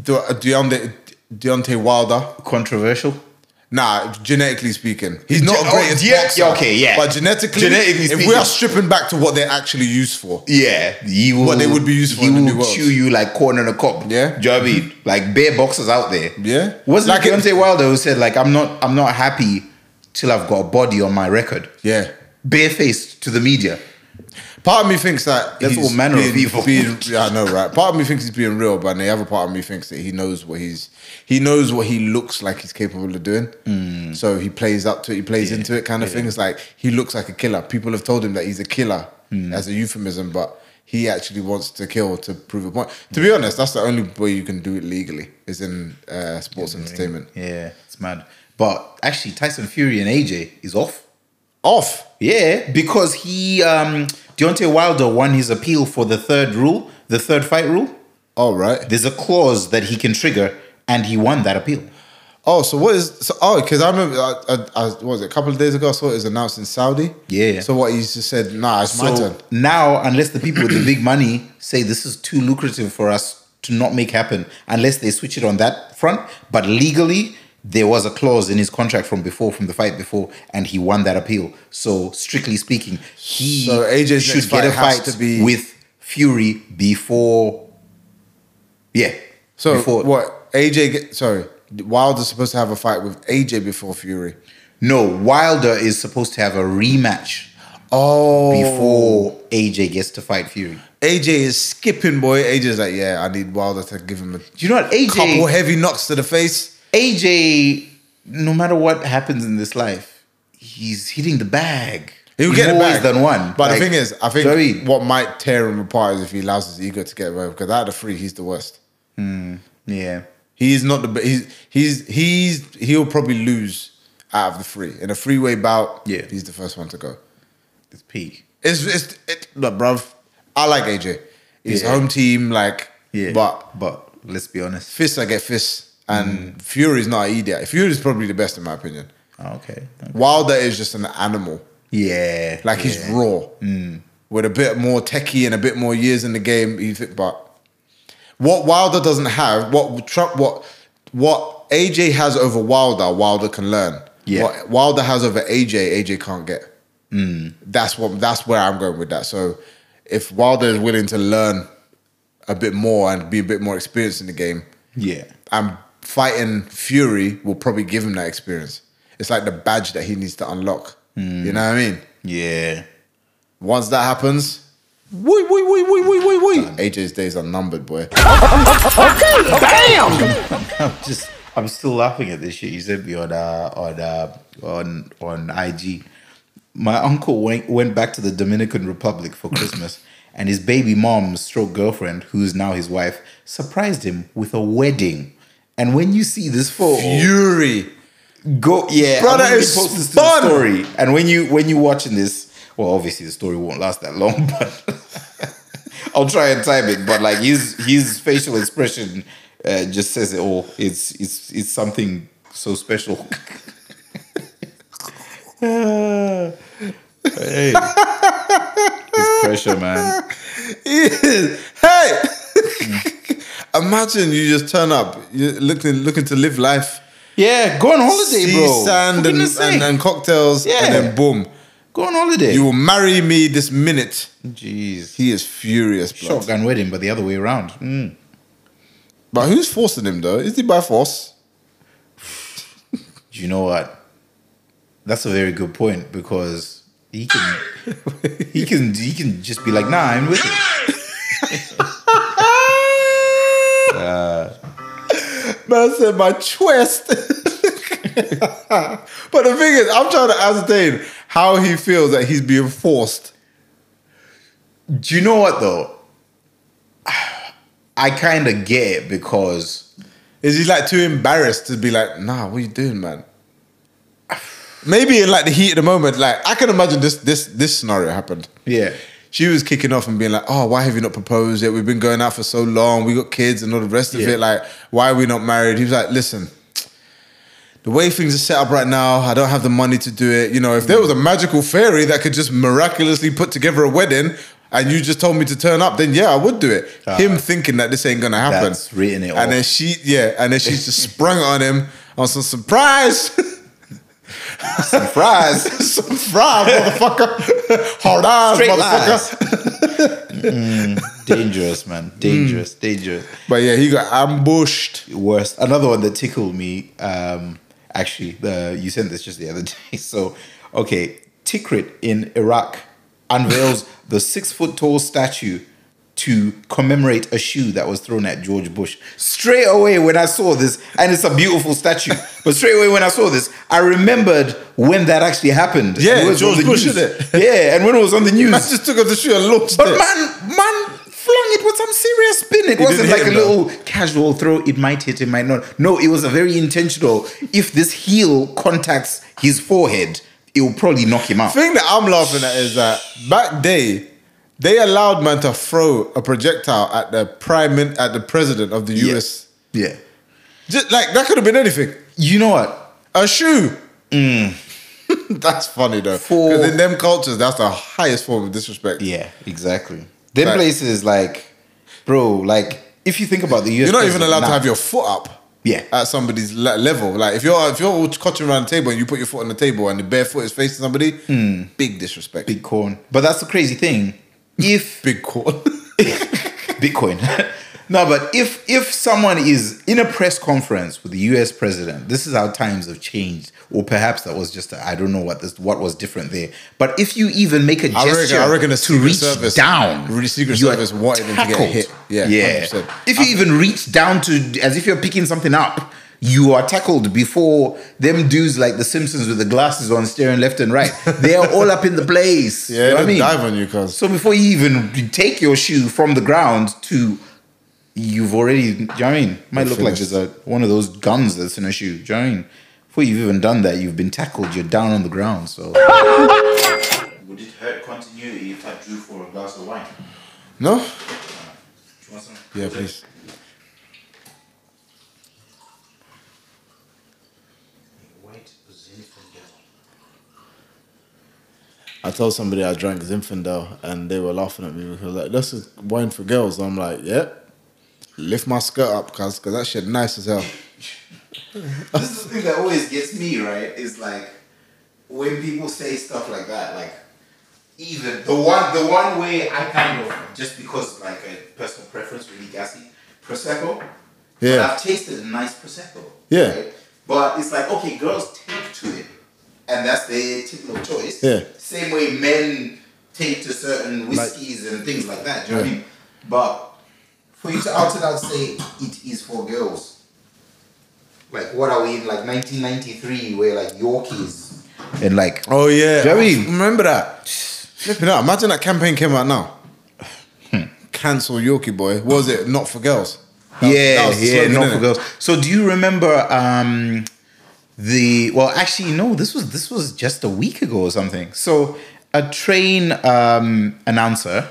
Speaker 4: De- Deontay, Deontay Wilder.
Speaker 2: controversial.
Speaker 4: Nah, genetically speaking, he's not
Speaker 2: Ge-
Speaker 4: a great
Speaker 2: oh, yeah,
Speaker 4: boxer.
Speaker 2: yeah, okay, yeah.
Speaker 4: But genetically,
Speaker 2: Genetically
Speaker 4: if we
Speaker 2: speaking.
Speaker 4: are stripping back to what they're actually used for,
Speaker 2: Yeah, he will.
Speaker 4: What they would be used for
Speaker 2: He
Speaker 4: in the
Speaker 2: will
Speaker 4: new world.
Speaker 2: chew you like corn on a cob.
Speaker 4: Yeah. Mm-hmm.
Speaker 2: do you know what I mean? Like bare boxers out there.
Speaker 4: Yeah.
Speaker 2: wasn't
Speaker 4: Like
Speaker 2: like
Speaker 4: it-
Speaker 2: Deontay Wilder who said like I'm not I'm not happy till I've got a body on my record,
Speaker 4: yeah.
Speaker 2: barefaced to the media.
Speaker 4: Part of me thinks that
Speaker 2: That's
Speaker 4: he's
Speaker 2: all manner of
Speaker 4: being,
Speaker 2: evil.
Speaker 4: being- yeah, I know, right? Part of me thinks he's being real, but the other part of me thinks that he knows what he's he knows what he looks like he's capable of doing.
Speaker 2: Hmm.
Speaker 4: So he plays up to it, he plays into it, kind of thing. It's like he looks like a killer. People have told him that he's a killer
Speaker 2: Hmm.
Speaker 4: as a euphemism, but he actually wants to kill to prove a point.
Speaker 2: Hmm.
Speaker 4: To be honest, that's the only way you can do it legally is in uh, sports entertainment.
Speaker 2: Yeah, it's mad. But actually, Tyson Fury and AJ is off.
Speaker 4: Off.
Speaker 2: Yeah, because he um Deontay Wilder won his appeal for the third rule, the third fight rule.
Speaker 4: All right.
Speaker 2: There's a clause that he can trigger, and he won that appeal.
Speaker 4: Oh, so what is so? Oh, because I remember, I, I, I, what was it a couple of days ago? I saw it was announced in Saudi.
Speaker 2: Yeah.
Speaker 4: So what? He just said, "Nah, it's my
Speaker 2: So
Speaker 4: turn."
Speaker 2: now, unless the people with the big money say this is too lucrative for us to not make happen, unless they switch it on that front, but legally, there was a clause in his contract from before, from the fight before, and he won that appeal. So strictly speaking, he
Speaker 4: So AJ's
Speaker 2: should
Speaker 4: next
Speaker 2: get a
Speaker 4: fight has
Speaker 2: fight
Speaker 4: to be-
Speaker 2: with Fury before. Yeah.
Speaker 4: So
Speaker 2: before,
Speaker 4: what? AJ, get, sorry, Wilder's supposed to have a fight with AJ before Fury.
Speaker 2: No, Wilder is supposed to have a rematch
Speaker 4: Oh,
Speaker 2: before AJ gets to fight Fury.
Speaker 4: AJ is skipping, boy. AJ's like, yeah, I need Wilder to give him a
Speaker 2: Do you know what AJ?
Speaker 4: couple heavy knocks to the face.
Speaker 2: AJ, no matter what happens in this life, he's hitting the bag.
Speaker 4: He'll
Speaker 2: He's
Speaker 4: get it
Speaker 2: always
Speaker 4: back.
Speaker 2: done one.
Speaker 4: But
Speaker 2: Like,
Speaker 4: the thing is, I
Speaker 2: do you know what I
Speaker 4: think
Speaker 2: mean?
Speaker 4: what might tear him apart is if he allows his ego to get away. Because out of the three, he's the worst.
Speaker 2: yeah,
Speaker 4: He's not the be- he's he's he's he'll probably lose out of the three in a three way bout.
Speaker 2: Yeah.
Speaker 4: he's the first one to go.
Speaker 2: it's peak.
Speaker 4: It's it's it, look, bruv. I like AJ. He's
Speaker 2: Yeah.
Speaker 4: home team, like,
Speaker 2: Yeah,
Speaker 4: but
Speaker 2: but let's be honest.
Speaker 4: fists I get fists, and
Speaker 2: Mm.
Speaker 4: Fury's not an idiot. Fury's probably the best in my opinion.
Speaker 2: Oh, okay.
Speaker 4: Wilder is just an animal.
Speaker 2: Yeah,
Speaker 4: Like
Speaker 2: yeah. Mm.
Speaker 4: he's raw, with a bit more techie and a bit more years in the game. You think, but what Wilder doesn't have, what Trump, what what AJ has over Wilder, Wilder can learn.
Speaker 2: Yeah.
Speaker 4: What Wilder has over AJ, AJ can't get.
Speaker 2: Mm.
Speaker 4: That's what. That's where I'm going with that. So, if Wilder is willing to learn a bit more and be a bit more experienced in the game,
Speaker 2: yeah.
Speaker 4: and fighting Fury will probably give him that experience. It's like the badge that he needs to unlock.
Speaker 2: Mm.
Speaker 4: You know what I mean?
Speaker 2: Yeah.
Speaker 4: Once that happens, wait, wait, wait, wait, wait, wait, wait. AJ's days are numbered, boy.
Speaker 2: I'm just I'm still laughing at this shit you sent me on uh, on uh, on on IG. My uncle went went back to the Dominican Republic for Christmas, and his baby mom, stroke girlfriend, who's now his wife, surprised him with a wedding. And when you see this photo,
Speaker 4: Fury.
Speaker 2: go Oh, yeah,
Speaker 4: Brother,
Speaker 2: I'm gonna
Speaker 4: it's
Speaker 2: post this to
Speaker 4: fun.
Speaker 2: the story. And when you when you watching this, well, obviously the story won't last that long, but I'll try and time it. But like his his facial expression uh, just says it all. It's it's it's something so special. Ah. hey. It's pressure, man.
Speaker 4: hey! Imagine you just turn up, you looking looking to live life,
Speaker 2: Yeah, go on holiday,
Speaker 4: see
Speaker 2: bro.
Speaker 4: sand
Speaker 2: For
Speaker 4: and,
Speaker 2: goodness
Speaker 4: and,
Speaker 2: sake.
Speaker 4: and cocktails,
Speaker 2: Yeah.
Speaker 4: and then boom,
Speaker 2: go on holiday.
Speaker 4: you will marry me this minute.
Speaker 2: Jeez,
Speaker 4: He is furious, blood.
Speaker 2: shotgun wedding, but the other way around. Mm.
Speaker 4: But who's forcing him though? Is he by force?
Speaker 2: Do you know what? That's a very good point because he can he can he can just be like, nah, I'm with it.
Speaker 4: Man said my twist. but the thing is, I'm trying to ascertain how he feels that he's being forced.
Speaker 2: Do you know what though? I kind of get it because
Speaker 4: Is he like too embarrassed to be like, nah, what you doing, man? Maybe in like the heat of the moment, like I can imagine this this this scenario happened.
Speaker 2: yeah,
Speaker 4: She was kicking off and being like, "Oh, why have you not proposed yet? We've been going out for so long. We got kids and all the rest of
Speaker 2: Yeah.
Speaker 4: it. Like, why are we not married?" He was like, "Listen, the way things are set up right now, I don't have the money to do it. You know, if there was a magical fairy that could just miraculously put together a wedding." And you just told me to turn up, then yeah, I would do it.
Speaker 2: Ah.
Speaker 4: him thinking that this ain't gonna happen.
Speaker 2: That's written it
Speaker 4: and
Speaker 2: off.
Speaker 4: then she, yeah, and then she just sprung it on him on some surprise. surprise. surprise, motherfucker. Hold on,
Speaker 2: Straight
Speaker 4: motherfucker.
Speaker 2: lies. Mm, dangerous, man, dangerous, dangerous.
Speaker 4: But yeah, he got ambushed.
Speaker 2: worst. Another one that tickled me. Um, actually, the you sent this just the other day. So, okay, Tikrit in Iraq unveils the six foot tall statue to commemorate a shoe that was thrown at George Bush. Straight away when I saw this, and it's a beautiful statue. but straight away when I saw this, I remembered when that actually happened.
Speaker 4: Yeah,
Speaker 2: And it was on
Speaker 4: George
Speaker 2: the
Speaker 4: Bush,
Speaker 2: news.
Speaker 4: isn't
Speaker 2: Yeah, and when it was on the news,
Speaker 4: Man just took off the shoe and launched
Speaker 2: but
Speaker 4: it.
Speaker 2: man, man flung it with some serious spin. It
Speaker 4: didn't
Speaker 2: wasn't
Speaker 4: hit
Speaker 2: like a
Speaker 4: him, though.
Speaker 2: little casual throw. It might hit, it might not. No, it was a very intentional. If this heel contacts his forehead, it will probably knock him out.
Speaker 4: The thing that I'm laughing at is that back day, they allowed man to throw a projectile at the prime min- at the president of the
Speaker 2: Yeah.
Speaker 4: US.
Speaker 2: Yeah.
Speaker 4: Just like that could have been anything.
Speaker 2: You know what?
Speaker 4: A shoe. that's funny though.
Speaker 2: For-
Speaker 4: Because in them cultures, that's the highest form of disrespect.
Speaker 2: Yeah, exactly. Them
Speaker 4: Right.
Speaker 2: places like, bro, like if you think about the US,
Speaker 4: You're not even allowed to have
Speaker 2: your
Speaker 4: your foot up.
Speaker 2: Yeah.
Speaker 4: At somebody's le- level, like if you're if you're all cotching around the table and you put your foot on the table and the bare foot is facing somebody, big disrespect,
Speaker 2: big corn. But that's the crazy thing. If
Speaker 4: big corn.
Speaker 2: Bitcoin. no, but if if someone is in a press conference with the U.S. president, this is how times have changed, or perhaps that was just I don't know what this what was different there. But if you even make a
Speaker 4: I reckon- I
Speaker 2: gesture
Speaker 4: reckon the
Speaker 2: to
Speaker 4: Secret
Speaker 2: reach
Speaker 4: Service-
Speaker 2: down,
Speaker 4: Really, Secret
Speaker 2: you are
Speaker 4: Service wanted them to get
Speaker 2: tackled.
Speaker 4: hit. Yeah,
Speaker 2: yeah.
Speaker 4: 100%.
Speaker 2: If you even reach down to as if you're picking something up. You are tackled before them dudes like the Simpsons with the glasses on, staring left and right. They are all up in the place.
Speaker 4: Yeah,
Speaker 2: You know
Speaker 4: they
Speaker 2: what I mean?
Speaker 4: dive on you, cause
Speaker 2: So before you even take your shoe from the ground to, you've already, do you know what I mean? Might look like there's a, one of those guns that's in a shoe, do you know what I mean? Before you've even done that, you've been tackled, you're down on the ground, so. Would it hurt continuity if I drew for a glass of wine?
Speaker 4: no, yeah, please. I told somebody I drank Zinfandel and they were laughing at me because like this is wine for girls. I'm like, yep. Lift my skirt up, cause, cause that shit nice as hell.
Speaker 2: this is the thing that always gets me, right? Is like when people say stuff like that, like even the one the one way I kind of just because like a personal preference really gassy prosecco. But
Speaker 4: Yeah.
Speaker 2: I've tasted a nice prosecco.
Speaker 4: Yeah.
Speaker 2: But it's like okay, girls take to it. and that's their technical choice.
Speaker 4: Yeah.
Speaker 2: Same way men take to certain whiskeys and things like that. Do you know what I mean? But for you to out and out say it is for girls, like what are we in like 1993 where like Yorkies and like
Speaker 4: Oh yeah,
Speaker 2: Jerry.
Speaker 4: I remember that? Flipping out. Imagine that campaign came out now. Cancel Yorkie boy. What was it not for girls? That- that
Speaker 2: yeah,
Speaker 4: was the
Speaker 2: yeah,
Speaker 4: slogan,
Speaker 2: not
Speaker 4: innit?
Speaker 2: for girls. So do you remember um the well actually no, this was this was just a week ago or something. So a train um announcer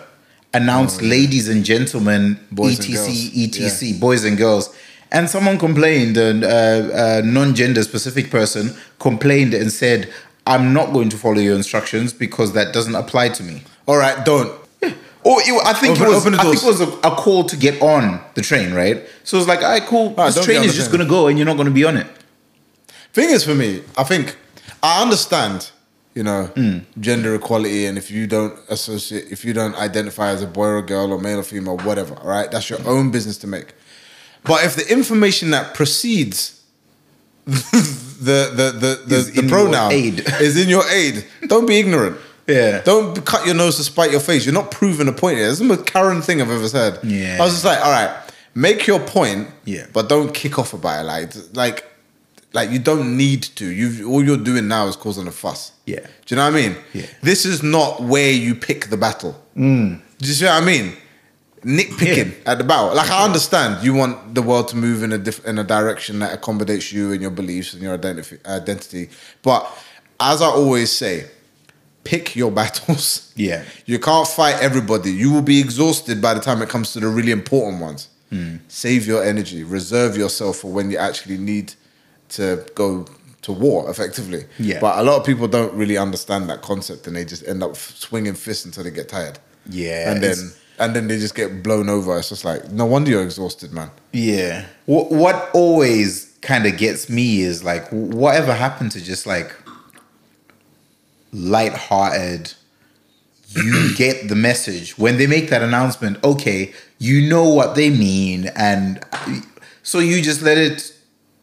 Speaker 2: announced ladies and gentlemen
Speaker 4: Oh,
Speaker 2: E
Speaker 4: Boys and
Speaker 2: etc
Speaker 4: girls.
Speaker 2: etc boys and girls and someone complained and uh, a non-gender specific person complained and said i'm not going to follow your instructions because that doesn't apply to me
Speaker 4: All right, don't.
Speaker 2: or it, I think
Speaker 4: Open-
Speaker 2: it was,
Speaker 4: open the
Speaker 2: I think it
Speaker 4: doors.
Speaker 2: was a, a call to get on the train, right? So it's like, all right, cool.
Speaker 4: Ah,
Speaker 2: this
Speaker 4: don't
Speaker 2: train
Speaker 4: get on
Speaker 2: is
Speaker 4: the
Speaker 2: just
Speaker 4: train.
Speaker 2: going to go and you're not going to be on it.
Speaker 4: Thing is, for me, I think I understand. You know,
Speaker 2: Hmm.
Speaker 4: gender equality, and if you don't associate, if you don't identify as a boy or girl or male or female, whatever, all right, that's your own business to make. But if the information that precedes the the the the,
Speaker 2: Is
Speaker 4: the
Speaker 2: in your
Speaker 4: pronoun
Speaker 2: aid.
Speaker 4: is in your aid, don't be ignorant.
Speaker 2: Yeah.
Speaker 4: Don't cut your nose to spite your face. You're not proving a point here. This is the most Karen thing I've ever said.
Speaker 2: Yeah.
Speaker 4: I was just like, all right, make your point,
Speaker 2: Yeah.
Speaker 4: but don't kick off about it. Like, like, like you don't need to. You all you're doing now is causing a fuss.
Speaker 2: Yeah.
Speaker 4: Do you know what I mean?
Speaker 2: Yeah. Mm.
Speaker 4: This is not where you pick the battle. Do you see what I mean? Nitpicking at the battle. Like I understand you want the world to move in a diff- in a direction that accommodates you and your beliefs and your identity identity. But as I always say, pick your battles.
Speaker 2: Yeah.
Speaker 4: You can't fight everybody. You will be exhausted by the time it comes to the really important ones. Save your energy. Reserve yourself for when you actually need to go to war effectively.
Speaker 2: Yeah.
Speaker 4: But a lot of people don't really understand that concept and they just end up swinging fists until they get tired.
Speaker 2: Yeah,
Speaker 4: And
Speaker 2: it's-
Speaker 4: then and then they just get blown over. It's just like, no wonder you're exhausted, man.
Speaker 2: Yeah. What, what always kind of gets me is like, whatever happened to just like lighthearted, you get the message. When they make that announcement, okay, you know what they mean. And uh, so you just let it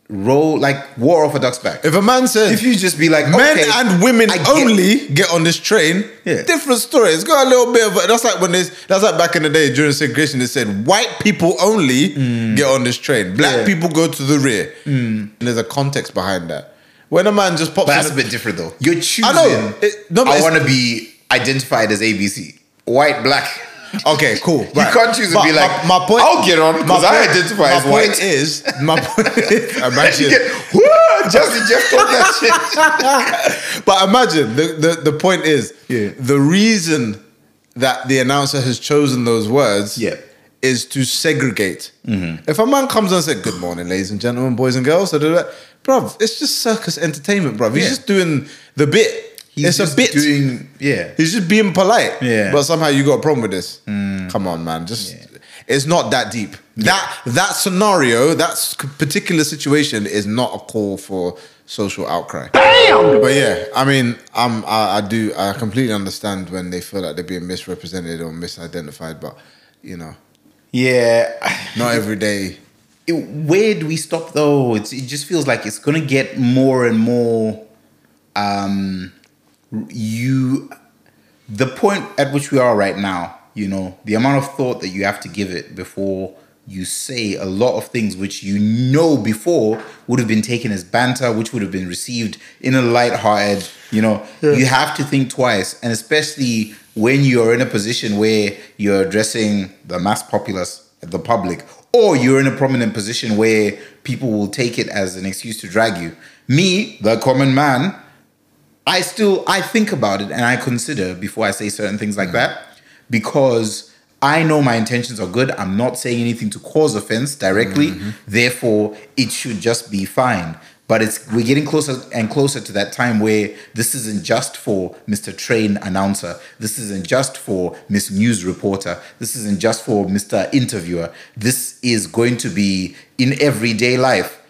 Speaker 2: roll like war off a duck's back.
Speaker 4: If a man says
Speaker 2: If you just be like,
Speaker 4: men
Speaker 2: okay,
Speaker 4: and women
Speaker 2: I get-
Speaker 4: only get on this train.
Speaker 2: Yeah.
Speaker 4: Different story. It's got a little bit of that's like when there's that's like back in the day during segregation. They said white people only get on this train. Black
Speaker 2: Mm. Yeah. Mm.
Speaker 4: people go to the rear. And there's a context behind that. When a man just pops,
Speaker 2: But
Speaker 4: in
Speaker 2: that's a
Speaker 4: a-
Speaker 2: bit different though. You're choosing. I
Speaker 4: know. It- no, but it's-
Speaker 2: want to be identified as ABC, white, black.
Speaker 4: Okay, cool.
Speaker 2: You can't choose to be like, "I'll get on 'cause
Speaker 4: my
Speaker 2: I
Speaker 4: point-
Speaker 2: identify
Speaker 4: my
Speaker 2: as
Speaker 4: point
Speaker 2: white."
Speaker 4: Is my point? Is, imagine
Speaker 2: Woo, Justin Jeff told that shit.
Speaker 4: but imagine the, the, the point is
Speaker 2: Yeah.
Speaker 4: the reason that the announcer has chosen those words
Speaker 2: Yeah.
Speaker 4: is to segregate.
Speaker 2: Mm-hmm.
Speaker 4: If a man comes and says, Good morning, ladies and gentlemen, boys and girls, da, da, da," bruv, it's just circus entertainment, bruv. He's
Speaker 2: Yeah.
Speaker 4: just doing the bit. it's a
Speaker 2: just
Speaker 4: bit.
Speaker 2: Doing, yeah.
Speaker 4: He's just being polite.
Speaker 2: Yeah. Mm.
Speaker 4: But somehow you got a problem with this. Come on, man. Just it's not that deep. That that scenario, that s- particular situation is not a call for social outcry. Damn. But yeah, I mean, I'm, I, I do I completely understand when they feel like they're being misrepresented or misidentified, but you know,
Speaker 2: Yeah.
Speaker 4: not every day.
Speaker 2: It, where do we stop though? It's, it just feels like it's going to get more and more. Um, you, the point at which we are right now, you know, the amount of thought that you have to give it before you say a lot of things which you know before would have been taken as banter, which would have been received in a lighthearted, you know, you have to think twice. And especially when you're in a position where you're addressing the mass populace, the public, or you're in a prominent position where people will take it as an excuse to drag you. Me, the common man, I still I think about it and I consider before I say certain things like that because I know my intentions are good. I'm not saying anything to cause offense directly. Therefore, it should just be fine. But it's we're getting closer and closer to that time where this isn't just for Mr. Train announcer. This isn't just for Miss News reporter. This isn't just for Mr. interviewer. This is going to be in everyday life.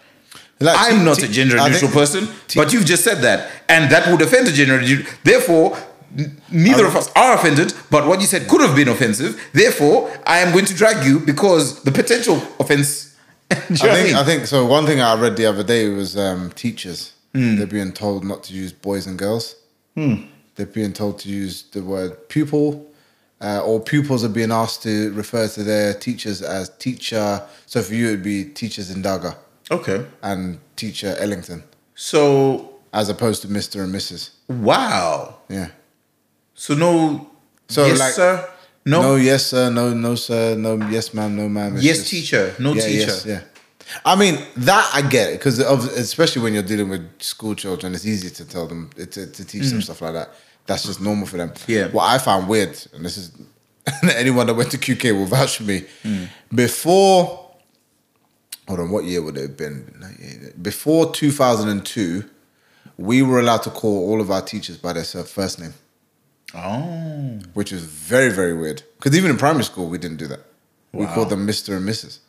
Speaker 4: Like,
Speaker 2: I'm
Speaker 4: t-
Speaker 2: not
Speaker 4: t-
Speaker 2: a gender
Speaker 4: I
Speaker 2: neutral
Speaker 4: think-
Speaker 2: person, but you've just said that, and that would offend a gender neutral. Therefore, n- neither of us are offended, but what you said could have been offensive. Therefore, I am going to drag you because the potential offense. Do you know what
Speaker 4: I think,
Speaker 2: mean?
Speaker 4: I think so. One thing I read the other day was um, teachers.
Speaker 2: Hmm.
Speaker 4: They're being told not to use boys and girls. They're being told to use the word pupil, uh, or pupils are being asked to refer to their teachers as teacher. So for you, it'd be teachers in Daga
Speaker 2: Okay.
Speaker 4: and teacher Ellington,
Speaker 2: So
Speaker 4: as opposed to Mister and Mrs.
Speaker 2: wow.
Speaker 4: Yeah.
Speaker 2: So no.
Speaker 4: So,
Speaker 2: yes,
Speaker 4: like-
Speaker 2: sir. No.
Speaker 4: No. yes, sir. No, no, sir. No, yes, ma'am. No, ma'am. It's
Speaker 2: yes,
Speaker 4: just-
Speaker 2: teacher. No
Speaker 4: yeah,
Speaker 2: teacher.
Speaker 4: yes, yeah. I mean that I get it because especially when you're dealing with school children, it's easy to tell them to, to teach them stuff like that. That's just normal for them.
Speaker 2: Mm. Yeah.
Speaker 4: What I found weird, and this is anyone that went to QK will vouch for me.
Speaker 2: Mm.
Speaker 4: Before, hold on, what year would it have been? Before 2002, we were allowed to call all of our teachers by their first name
Speaker 2: Oh.
Speaker 4: which is very very weird. Because even in primary school, we didn't do that. We
Speaker 2: Wow.
Speaker 4: called them Mister and Mrs.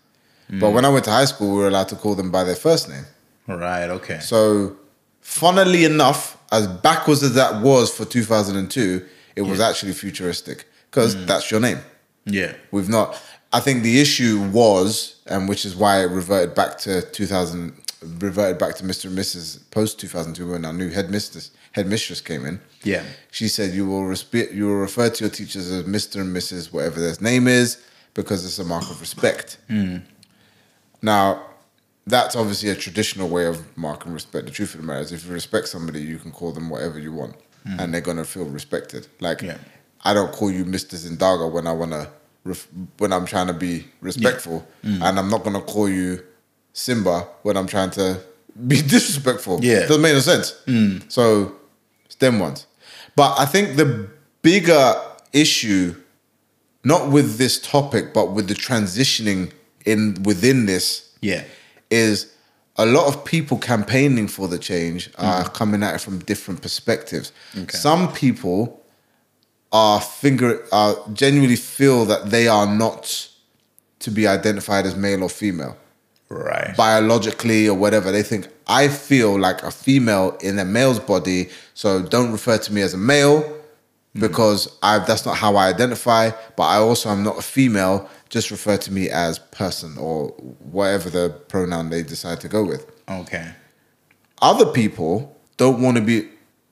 Speaker 4: But when I went to high school, we were allowed to call them by their first name.
Speaker 2: Right. Okay.
Speaker 4: So, funnily enough, as backwards as that was for 2002, it was actually futuristic because that's your name.
Speaker 2: yeah.
Speaker 4: We've not. I think the issue was, and which is why it reverted back to 2000, reverted back to Mr. and Mrs. post 2002 when our new headmistress headmistress came in.
Speaker 2: Yeah.
Speaker 4: she said you will respect, you will refer to your teachers as Mr. and Mrs. whatever their name is because it's a mark of respect.
Speaker 2: Hmm.
Speaker 4: Now, that's obviously a traditional way of marking respect. The truth of the matter is, if you respect somebody, you can call them whatever you want, and they're gonna feel respected. Like,
Speaker 2: Hmm. Yeah.
Speaker 4: I don't call you Mister Zindaga when I wanna, ref- when I'm trying to be respectful, and I'm not gonna call you Simba when I'm trying to be disrespectful.
Speaker 2: Yeah.
Speaker 4: doesn't make no sense. So, it's them ones. But I think the bigger issue not with this topic, but with the transitioning in within this,
Speaker 2: Yeah.
Speaker 4: is a lot of people campaigning for the change are coming at it from different perspectives. Some people are finger are genuinely feel that they are not to be identified as male or female
Speaker 2: Right.
Speaker 4: biologically or whatever. They think I feel like a female in a male's body, so don't refer to me as a male because I that's not how I identify. But I also am not a female. Just refer to me as person or whatever the pronoun they decide to go with
Speaker 2: okay.
Speaker 4: other people don't want to be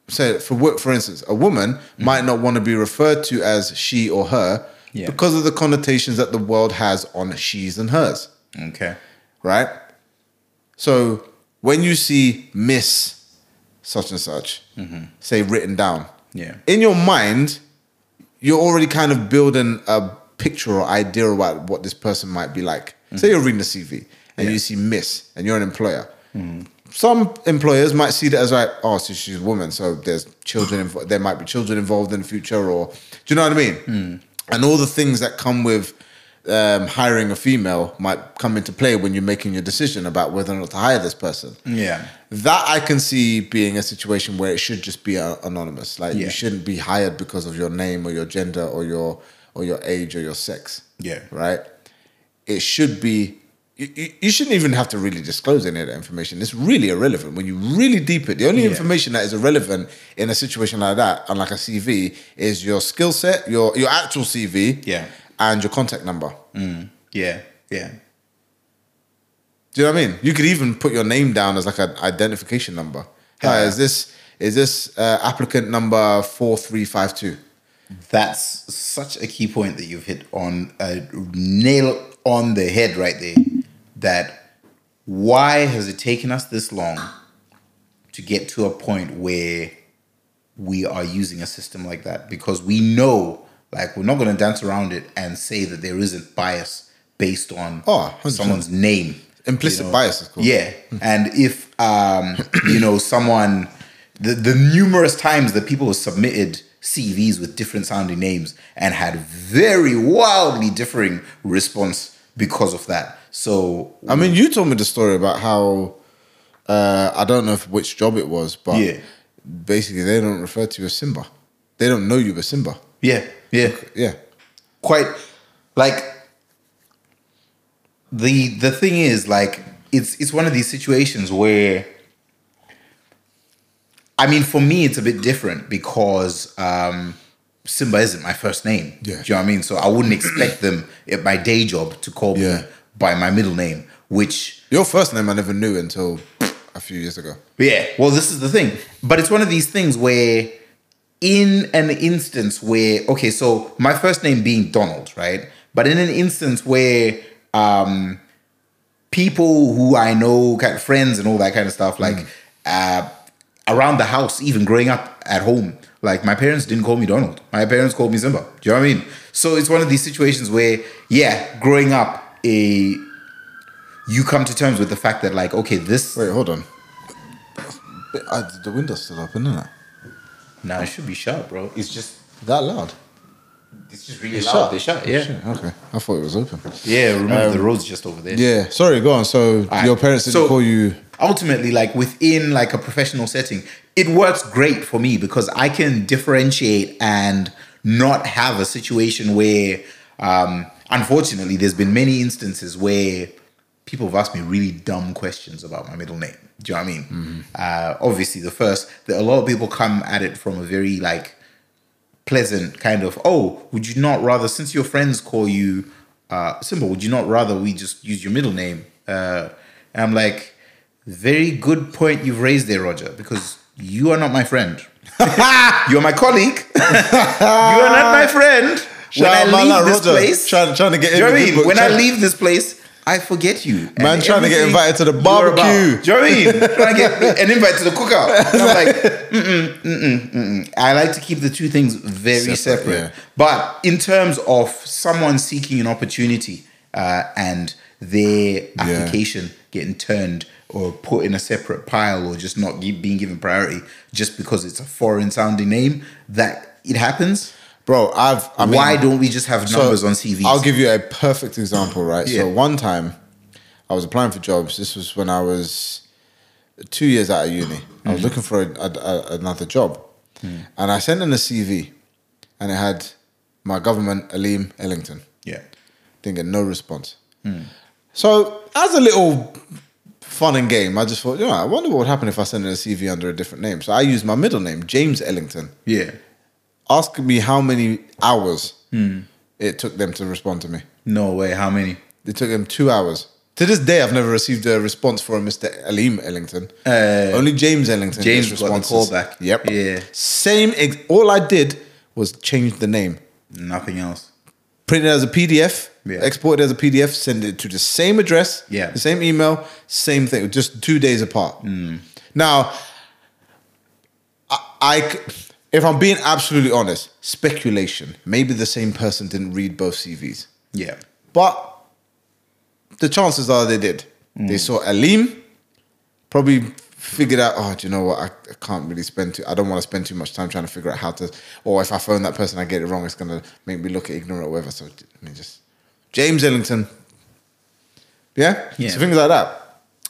Speaker 4: say for wo- for instance a woman might not want to be referred to as she or her
Speaker 2: Yeah.
Speaker 4: because of the connotations that the world has on she's and hers
Speaker 2: Okay.
Speaker 4: right so when you see miss such and such say written down
Speaker 2: Yeah.
Speaker 4: in your mind you're already kind of building a picture or idea about what this person might be like say you're reading a cv and you see miss and you're an employer some employers might see that as like, oh, so she's a woman, so there's children. Invo- there might be children involved in the future, or do you know what I mean? And all the things that come with um, hiring a female might come into play when you're making your decision about whether or not to hire this person.
Speaker 2: Yeah.
Speaker 4: That I can see being a situation where it should just be uh, anonymous. Like
Speaker 2: Yeah.
Speaker 4: you shouldn't be hired because of your name or your gender or your or your age or your sex.
Speaker 2: Yeah.
Speaker 4: Right. It should be. You, you- you shouldn't even have to really disclose any of that information. It's really irrelevant when you really deep it. The only
Speaker 2: Yeah.
Speaker 4: information that is irrelevant in a situation like that, unlike a CV, is your skill set, your your actual CV,
Speaker 2: Yeah.
Speaker 4: and your contact number.
Speaker 2: Yeah. Yeah.
Speaker 4: Do you know what I mean? You could even put your name down as like an identification number. Hi,
Speaker 2: Yeah.
Speaker 4: is this is this uh, applicant number four three five two?
Speaker 2: That's such a key point that you've hit on a nail on the head right there. That why has it taken us this long to get to a point where we are using a system like that? Because we know, like, we're not going to dance around it and say that there isn't bias based on
Speaker 4: Oh, 100%.
Speaker 2: someone's name.
Speaker 4: Implicit
Speaker 2: know?
Speaker 4: bias is called.
Speaker 2: Yeah, and if um, you know someone, the the numerous times that people submitted CVs with different sounding names and had very wildly differing response because of that. So
Speaker 4: I mean, you told me the story about how uh, I don't know if which job it was, but
Speaker 2: Yeah.
Speaker 4: basically they don't refer to you as Simba. They don't know you as Simba.
Speaker 2: yeah, yeah,
Speaker 4: Yeah,
Speaker 2: quite like the the thing is like it's it's one of these situations where I mean for me it's a bit different because um Simba isn't my first name. Do
Speaker 4: Yeah.
Speaker 2: you know what I mean? So I wouldn't expect them at my day job to call
Speaker 4: Yeah.
Speaker 2: me by my middle name, which
Speaker 4: your first name I never knew until a few years ago.
Speaker 2: But yeah, well, this is the thing. But it's one of these things where, in an instance where, okay, so my first name being Donald, right? But in an instance where um, people who I know, kind of friends and all that kind of stuff, like uh, around the house, even growing up at home, like my parents didn't call me Donald. My parents called me Simba. Do you know what I mean? So it's one of these situations where, yeah, growing up, a you come to terms with the fact that, like, okay, this
Speaker 4: Wait, hold on. Uh, the window's still open, isn't it?
Speaker 2: Nah, it should be shut, bro. It's just
Speaker 4: That loud?
Speaker 2: it's just really loud. They shut, yeah, Um,
Speaker 4: Shit, okay. I thought it was open.
Speaker 2: yeah. Remember, the road's just over there.
Speaker 4: Yeah. Sorry, go on. So your parents didn't
Speaker 2: So-
Speaker 4: call you.
Speaker 2: Ultimately, like within like a professional setting, it works great for me because I can differentiate and not have a situation where, um, unfortunately, there's been many instances where people have asked me really dumb questions about my middle name. Do you know what I mean? Uh, obviously, the first that a lot of people come at it from a very like pleasant kind of oh would you not rather since your friends call you uh simple would you not rather we just use your middle name uh and i'm like very good point you've raised there roger because you are not my friend you're my colleague you are not my friend when i
Speaker 4: Shout out man
Speaker 2: leave
Speaker 4: like
Speaker 2: this
Speaker 4: Roger,
Speaker 2: place
Speaker 4: trying- trying to get
Speaker 2: do you know
Speaker 4: in
Speaker 2: what
Speaker 4: the
Speaker 2: I
Speaker 4: good
Speaker 2: mean?
Speaker 4: book,
Speaker 2: when i
Speaker 4: trying-
Speaker 2: leave this place I forget you. and
Speaker 4: Man trying to get
Speaker 2: everything
Speaker 4: invited to the
Speaker 2: you are about.
Speaker 4: barbecue.
Speaker 2: Do you know what I mean? Trying to get an invite to the cookout. And I'm like, mm-mm, mm-mm, mm-mm. I like to keep the two things very separate.
Speaker 4: Separate, yeah.
Speaker 2: But in terms of someone seeking an opportunity uh, and their application getting turned or put in a separate pile or just not gi- being given priority just because it's a foreign sounding name, that it happens.
Speaker 4: Bro, I've. I mean,
Speaker 2: Why don't we just have
Speaker 4: so
Speaker 2: numbers on CVs?
Speaker 4: I'll give you a perfect example, right? So
Speaker 2: Yeah.
Speaker 4: one time I was applying for jobs. This was when I was two years out of uni. I
Speaker 2: Mm.
Speaker 4: was looking for a, a- a- another job. And I sent in a CV and it had my government, Aleem Ellington.
Speaker 2: yeah.
Speaker 4: Didn't get no response.
Speaker 2: Mm.
Speaker 4: So as a little fun and game, I just thought, you know, I wonder what would happen if I sent in a CV under a different name. So I used my middle name, James Ellington.
Speaker 2: Yeah.
Speaker 4: Ask me how many hours
Speaker 2: Mm.
Speaker 4: it took them to respond to me.
Speaker 2: No way. How many?
Speaker 4: It took them two hours. To this day, I've never received a response from Mr. Aleem Ellington. Only James Ellington.
Speaker 2: Uh, James
Speaker 4: gets
Speaker 2: got the
Speaker 4: responses.
Speaker 2: call back.
Speaker 4: Yep.
Speaker 2: Yeah.
Speaker 4: Same. Ex- all I did was change the name,
Speaker 2: Nothing else.
Speaker 4: print it as a PDF,
Speaker 2: Yeah.
Speaker 4: export it as a PDF, send it to the same address,
Speaker 2: Yeah.
Speaker 4: the same email, same thing, just two days apart.
Speaker 2: Hmm.
Speaker 4: Now, I, I c- if I'm being absolutely honest, speculation. Maybe the same person didn't read both CVs.
Speaker 2: Yeah.
Speaker 4: But the chances are they did.
Speaker 2: Mm.
Speaker 4: They saw Alim, probably figured out, oh, do you know what? I, I can't really spend too, I don't want to spend too much time trying to figure out how to, or if I phone that person, I get it wrong, it's going to make me look ignorant or whatever. So let me just, James Ellington. Yeah?
Speaker 2: Yeah.
Speaker 4: So things like that.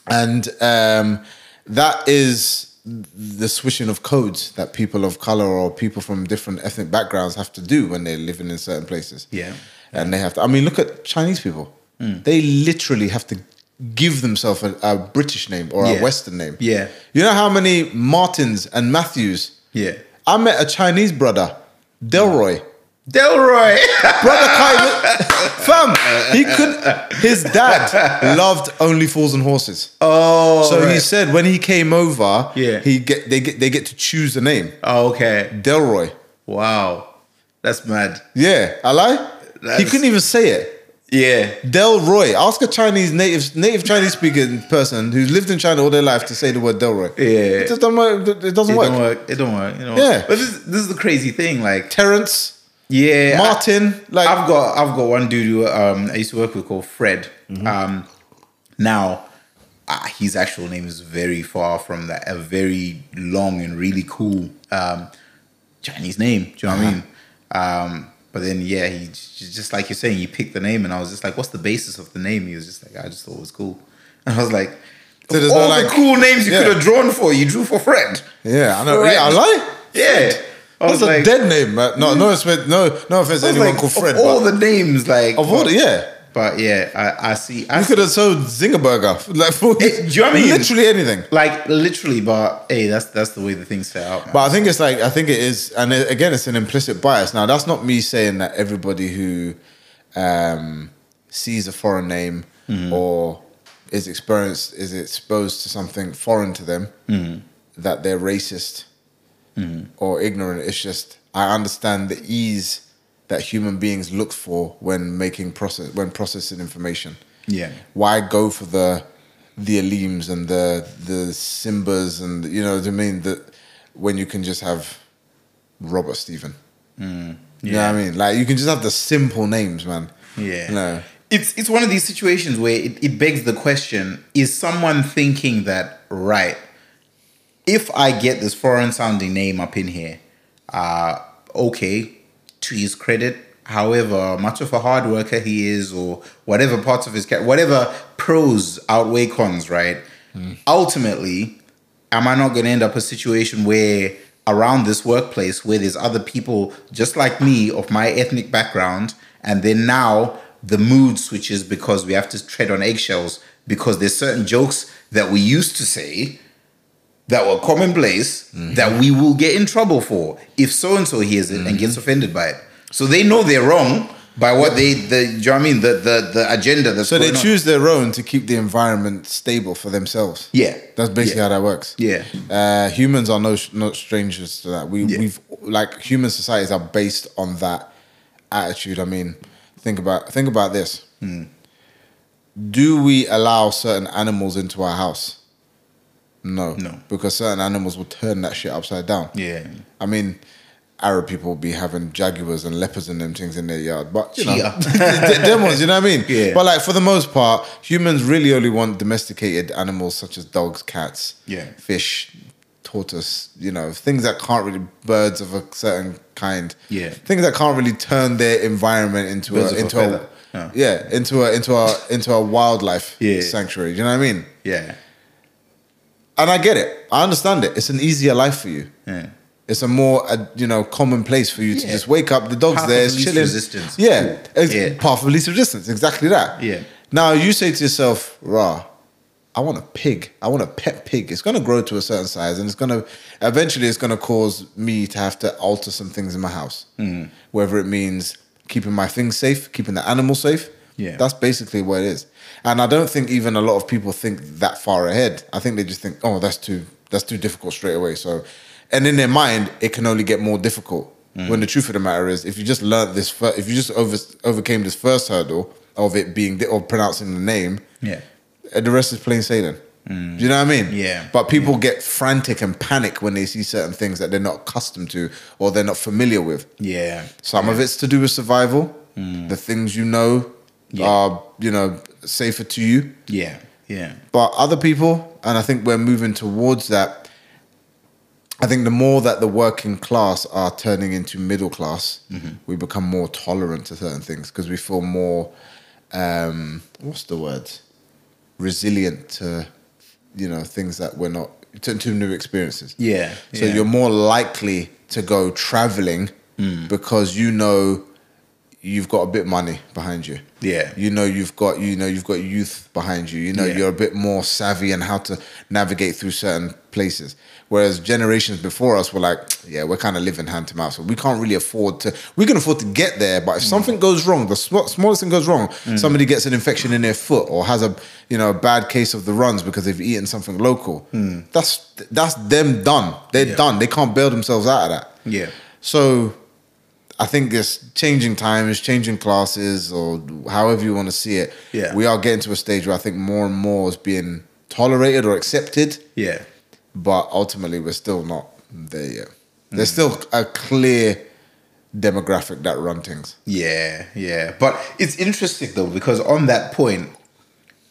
Speaker 4: And um, that is the switching of codes that people of color or people from different ethnic backgrounds have to do when they're living in certain places
Speaker 2: Yeah.
Speaker 4: and they have to. I mean, look at Chinese people.
Speaker 2: Hmm.
Speaker 4: They literally have to give themselves a, a British name or
Speaker 2: Yeah.
Speaker 4: a Western name.
Speaker 2: Yeah.
Speaker 4: You know how many Martins and Matthews?
Speaker 2: Yeah.
Speaker 4: I met a Chinese brother, Delroy.
Speaker 2: Delroy.
Speaker 4: Brother Kai, fam, he could. His dad loved only fools and horses.
Speaker 2: oh.
Speaker 4: so he
Speaker 2: right.
Speaker 4: said when he came over,
Speaker 2: Yeah.
Speaker 4: he get they get they get to choose the name
Speaker 2: Oh, okay.
Speaker 4: Delroy.
Speaker 2: Wow. That's mad.
Speaker 4: Yeah, I lie. He
Speaker 2: That's-
Speaker 4: couldn't even say it.
Speaker 2: Yeah.
Speaker 4: Delroy. Ask a Chinese native native Chinese speaking person who's lived in China all their life to say the word Delroy.
Speaker 2: Yeah.
Speaker 4: It just don't work. It doesn't
Speaker 2: It
Speaker 4: work.
Speaker 2: don't work. It don't work. You know.
Speaker 4: Yeah.
Speaker 2: But this, this is the crazy thing. Like,
Speaker 4: Terrence,
Speaker 2: yeah. I-
Speaker 4: Martin, like
Speaker 2: I've got I've got one dude who um, I used to work with called Fred.
Speaker 4: Mm-hmm.
Speaker 2: Um, now, uh, his actual name is very far from that. A very long and really cool um, Chinese name. Do you know what
Speaker 4: Uh-huh.
Speaker 2: I mean? Um, but then, yeah, he j- j- just like you're saying, you picked the name, and I was just like, "What's the basis of the name?" He was just like, "I just thought it was cool," and I was like,
Speaker 4: So
Speaker 2: "Of
Speaker 4: there's
Speaker 2: "All
Speaker 4: no,
Speaker 2: the
Speaker 4: like-
Speaker 2: cool names you
Speaker 4: Yeah.
Speaker 2: could have drawn for, you drew for Fred."
Speaker 4: yeah, I know.
Speaker 2: Fred.
Speaker 4: Yeah, I lie.
Speaker 2: Yeah, I
Speaker 4: That's
Speaker 2: was
Speaker 4: a
Speaker 2: like,
Speaker 4: dead name. man. No, no offense. No, no offense to
Speaker 2: I was
Speaker 4: anyone
Speaker 2: like,
Speaker 4: called
Speaker 2: of
Speaker 4: Fred.
Speaker 2: all
Speaker 4: but
Speaker 2: the names, like
Speaker 4: of all the yeah,
Speaker 2: But yeah, I, I see. I
Speaker 4: you
Speaker 2: see.
Speaker 4: could have sold Zingerberger. Like, for,
Speaker 2: Eh, do you know what I mean?
Speaker 4: Literally anything.
Speaker 2: like literally, but hey, that's that's the way the thing's set out. man.
Speaker 4: But I think it's like I think it is, and it, again, it's an implicit bias. Now, that's not me saying that everybody who um, sees a foreign name or is experienced is exposed to something foreign to them that they're racist or ignorant. It's just I understand the ease that human beings look for when making process when processing information.
Speaker 2: Yeah.
Speaker 4: Why go for the the Alims and the the Simbas and you know what I mean? That when you can just have Robert Stephen.
Speaker 2: Hmm.
Speaker 4: You know what I mean? Like you can just have the simple names, man.
Speaker 2: Yeah.
Speaker 4: No.
Speaker 2: It's it's one of these situations where it, it begs the question, is someone thinking that, right, if I get this foreign sounding name up in here, uh, okay, to his credit, however much of a hard worker he is or whatever parts of his character whatever pros outweigh cons, right?
Speaker 4: Mm.
Speaker 2: Ultimately, am I not going to end up a situation where around this workplace where there's other people just like me of my ethnic background, and then now the mood switches because we have to tread on eggshells because there's certain jokes that we used to say that were commonplace
Speaker 4: Mm-hmm.
Speaker 2: that we will get in trouble for if so and so hears it
Speaker 4: Mm-hmm.
Speaker 2: and gets offended by it. So they know they're wrong by what they the do you know what I mean the the, the agenda that's
Speaker 4: So they
Speaker 2: going on.
Speaker 4: choose their own to keep the environment stable for themselves.
Speaker 2: Yeah.
Speaker 4: That's basically how that works.
Speaker 2: Yeah.
Speaker 4: Uh, humans are no not strangers to that. We
Speaker 2: Yeah.
Speaker 4: we've like human societies are based on that attitude. I mean, think about think about this.
Speaker 2: Hmm.
Speaker 4: Do we allow certain animals into our house? No.
Speaker 2: No.
Speaker 4: Because certain animals will turn that shit upside down.
Speaker 2: Yeah.
Speaker 4: I mean, Arab people be having jaguars and leopards and them things in their yard, but you know,
Speaker 2: Yeah.
Speaker 4: th- them ones, you know what I mean?
Speaker 2: Yeah.
Speaker 4: But like for the most part, humans really only want domesticated animals such as dogs, cats,
Speaker 2: Yeah.
Speaker 4: fish, tortoise, you know, things that can't really birds of a certain kind,
Speaker 2: Yeah.
Speaker 4: things that can't really turn their environment into
Speaker 2: Birds
Speaker 4: a
Speaker 2: of a
Speaker 4: into a,
Speaker 2: feather. Yeah.
Speaker 4: yeah into a into a into a wildlife
Speaker 2: Yeah.
Speaker 4: sanctuary. You know what I mean?
Speaker 2: Yeah.
Speaker 4: And I get it, I understand it. It's an easier life for you.
Speaker 2: Yeah.
Speaker 4: It's a more, uh, you know, common place for you to
Speaker 2: Yeah.
Speaker 4: just wake up. The dog's
Speaker 2: Path
Speaker 4: there,
Speaker 2: of
Speaker 4: it's
Speaker 2: least
Speaker 4: chilling.
Speaker 2: resistance.
Speaker 4: Yeah, ex-
Speaker 2: Yeah.
Speaker 4: path of least resistance. Exactly that.
Speaker 2: Yeah.
Speaker 4: Now you say to yourself, "Rah, I want a pig. I want a pet pig. It's going to grow to a certain size, and it's going to eventually it's going to cause me to have to alter some things in my house. Whether it means keeping my things safe, keeping the animal safe.
Speaker 2: Yeah.
Speaker 4: that's basically what it is. And I don't think even a lot of people think that far ahead. I think they just think, "Oh, that's too that's too difficult straight away." So, and in their mind, it can only get more difficult. When the truth of the matter is, if you just learnt this, fir- if you just over, overcame this first hurdle of it being di- or pronouncing the name,
Speaker 2: Yeah.
Speaker 4: and Uh, the rest is plain sailing. Do you know what I mean?
Speaker 2: Yeah.
Speaker 4: But people get frantic and panic when they see certain things that they're not accustomed to or they're not familiar with.
Speaker 2: Yeah.
Speaker 4: Some of it's to do with survival. The things you know
Speaker 2: Yeah.
Speaker 4: are, you know, safer to you.
Speaker 2: Yeah. Yeah.
Speaker 4: But other people, and I think we're moving towards that. I think the more that the working class are turning into middle class,
Speaker 2: Mm-hmm.
Speaker 4: we become more tolerant to certain things because we feel more, um, what's the word, resilient to, you know, things that we're not to, to new experiences.
Speaker 2: Yeah.
Speaker 4: So
Speaker 2: yeah.
Speaker 4: you're more likely to go traveling
Speaker 2: Mm.
Speaker 4: because you know you've got a bit of money behind you.
Speaker 2: Yeah.
Speaker 4: You know you've got you know you've got youth behind you. You know
Speaker 2: Yeah.
Speaker 4: you're a bit more savvy and how to navigate through certain places. Whereas generations before us were like, yeah, we're kind of living hand to mouth, so we can't really afford to. We can afford to get there, but if
Speaker 2: Mm.
Speaker 4: something goes wrong, the sm- smallest thing goes wrong, somebody gets an infection in their foot or has a you know a bad case of the runs because they've eaten something local.
Speaker 2: Mm.
Speaker 4: That's that's them done. They're done. They can't bail themselves out of that.
Speaker 2: Yeah.
Speaker 4: So I think this changing times, changing classes, or however you want to see it,
Speaker 2: Yeah.
Speaker 4: we are getting to a stage where I think more and more is being tolerated or accepted,
Speaker 2: Yeah.
Speaker 4: but ultimately we're still not there yet.
Speaker 2: Mm.
Speaker 4: There's still a clear demographic that run things.
Speaker 2: Yeah. Yeah. But it's interesting though because on that point,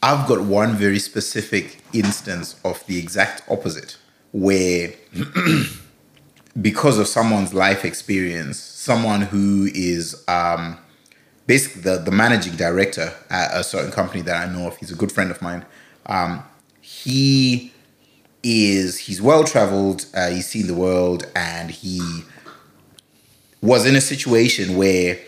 Speaker 2: I've got one very specific instance of the exact opposite where because of someone's life experience, someone who is um, basically the, the managing director at a certain company that I know of, he's a good friend of mine. Um, he is he's well traveled, uh, he's seen the world, and he was in a situation where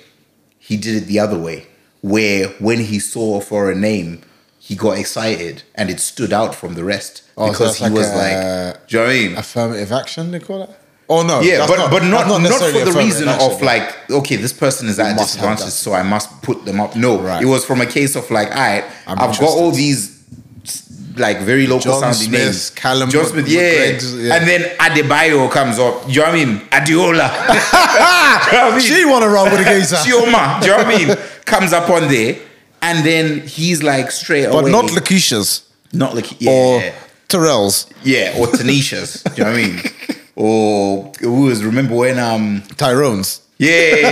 Speaker 2: he did it the other way, where when he saw a foreign name, he got excited and it stood out from the rest
Speaker 4: Oh, so
Speaker 2: because
Speaker 4: that's
Speaker 2: he
Speaker 4: like
Speaker 2: was
Speaker 4: a-
Speaker 2: like, do you know what I mean?
Speaker 4: Affirmative action, they call it? Oh, no.
Speaker 2: yeah,
Speaker 4: that's
Speaker 2: but but not
Speaker 4: that's
Speaker 2: not,
Speaker 4: necessarily
Speaker 2: for the
Speaker 4: affirmative
Speaker 2: reason
Speaker 4: action.
Speaker 2: of like okay, this person is at a
Speaker 4: must have
Speaker 2: disadvantage,
Speaker 4: that.
Speaker 2: so I must put them up. No,
Speaker 4: Right.
Speaker 2: it was from a case of like, all right,
Speaker 4: I'm
Speaker 2: I've got all
Speaker 4: interested.
Speaker 2: these s- like very local
Speaker 4: John
Speaker 2: sounding
Speaker 4: Smith,
Speaker 2: names.
Speaker 4: Callum
Speaker 2: John Smith, yeah.
Speaker 4: McGregor's, yeah.
Speaker 2: And then Adebayo comes up. Do you know what I mean? Adeola. Do you know what I mean?
Speaker 4: She want to run with the geezer.
Speaker 2: Chioma, do you know what I mean? Comes up on there, and then he's like straight
Speaker 4: but
Speaker 2: away.
Speaker 4: not Lakeisha's
Speaker 2: not like yeah,
Speaker 4: or Terrell's.
Speaker 2: yeah, or Tanisha's. do you know what I mean? Or who was remember when um
Speaker 4: Tyrone's.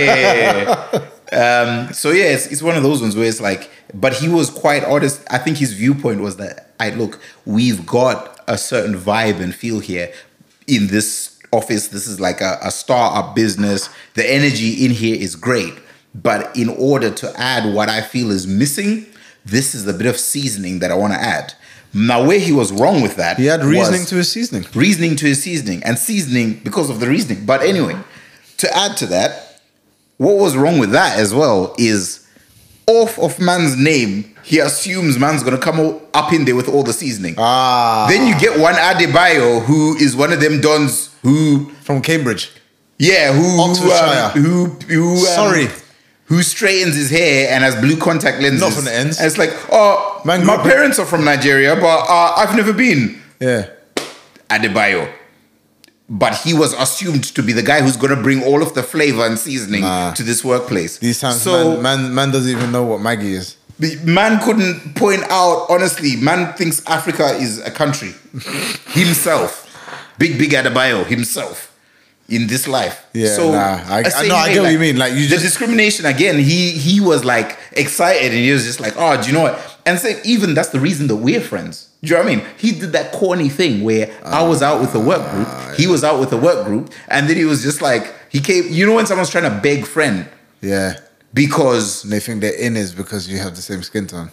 Speaker 2: yeah. um, so yeah, it's, it's one of those ones where it's like, but he was quite honest. I think his viewpoint was that I look, we've got a certain vibe and feel here in this office. This is like a, a startup business. The energy in here is great, but in order to add what I feel is missing, this is the bit of seasoning that I want to add. Now, where he was wrong with that,
Speaker 4: He had reasoning
Speaker 2: was-
Speaker 4: to his seasoning.
Speaker 2: reasoning to his seasoning and seasoning because of the reasoning. But anyway, to add to that, what was wrong with that as well is off of man's name, he assumes man's gonna come o- up in there with all the seasoning.
Speaker 4: Ah.
Speaker 2: Then you get one Adebayo who is one of them dons who
Speaker 4: From Cambridge.
Speaker 2: yeah who
Speaker 4: Oxfordshire.
Speaker 2: who, um, who, who um,
Speaker 4: Sorry.
Speaker 2: who straightens his hair and has blue contact lenses.
Speaker 4: Not from the ends.
Speaker 2: And it's like oh
Speaker 4: Man
Speaker 2: my
Speaker 4: grew up in-
Speaker 2: parents are from Nigeria, but uh, I've never been.
Speaker 4: Yeah.
Speaker 2: Adebayo. But he was assumed to be the guy who's going to bring all of the flavor and seasoning
Speaker 4: Nah.
Speaker 2: to this workplace.
Speaker 4: These times,
Speaker 2: so
Speaker 4: man, man, man doesn't even know what Maggie is.
Speaker 2: the man couldn't point out honestly. Man thinks Africa is a country himself. Big big Adebayo himself in this life.
Speaker 4: Yeah, nah, I-
Speaker 2: the
Speaker 4: I
Speaker 2: same
Speaker 4: know, I
Speaker 2: way,
Speaker 4: get what you mean, like, you
Speaker 2: the
Speaker 4: just-
Speaker 2: discrimination again. He he was like excited and he was just like, oh, do you know what? And so even that's the reason that we're friends. Do you know what I mean? He did that corny thing where I was out with a
Speaker 4: Ah,
Speaker 2: work group, he was out with a work group, and then he was just like, he came. You know when someone's trying to beg friend
Speaker 4: Yeah.
Speaker 2: because
Speaker 4: And they think they're in is because you have the same skin tone.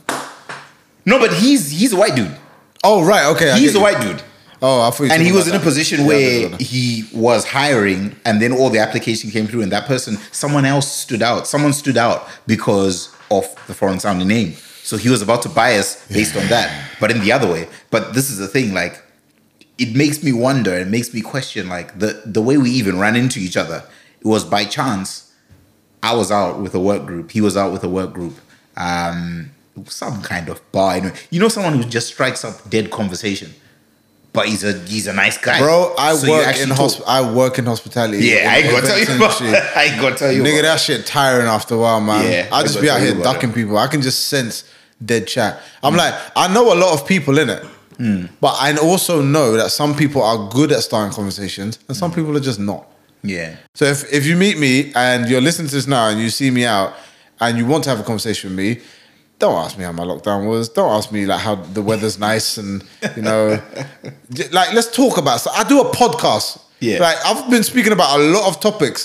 Speaker 2: no, but he's he's a white dude.
Speaker 4: Oh, right. Okay. I
Speaker 2: He's
Speaker 4: get
Speaker 2: a
Speaker 4: you.
Speaker 2: white dude.
Speaker 4: Oh, I thought you were
Speaker 2: and he
Speaker 4: talking
Speaker 2: was in
Speaker 4: about
Speaker 2: a
Speaker 4: that.
Speaker 2: position
Speaker 4: Yeah,
Speaker 2: where
Speaker 4: I
Speaker 2: he was hiring and then all the application came through and that person someone else stood out someone stood out because of the foreign sounding name so he was about to bias based on that but in the other way but this is the thing like it makes me wonder it makes me question like the the way we even ran into each other it was by chance i was out with a work group he was out with a work group um some kind of bar you know, you know someone who just strikes up dead conversation but he's a he's a nice guy
Speaker 4: Bro, I
Speaker 2: So you
Speaker 4: work
Speaker 2: actually
Speaker 4: in
Speaker 2: talk.
Speaker 4: hosp- I work in hospitality.
Speaker 2: yeah i ain't gonna tell you about,
Speaker 4: Events industry.
Speaker 2: i ain't gonna tell you
Speaker 4: Nigga,
Speaker 2: about-
Speaker 4: that shit tiring after a while, man.
Speaker 2: Yeah,
Speaker 4: I just
Speaker 2: I
Speaker 4: be
Speaker 2: got
Speaker 4: out
Speaker 2: you
Speaker 4: here
Speaker 2: about
Speaker 4: ducking people. I can just sense dead chat. I'm like, I know a lot of people in it,
Speaker 2: Hmm.
Speaker 4: but I also know that some people are good at starting conversations and some people are just not.
Speaker 2: yeah
Speaker 4: So if, if you meet me and you're listening to this now and you see me out and you want to have a conversation with me, don't ask me how my lockdown was. Don't ask me like how the weather's nice and you know, j- like let's talk about. So I do a podcast.
Speaker 2: Yeah.
Speaker 4: like I've been speaking about a lot of topics.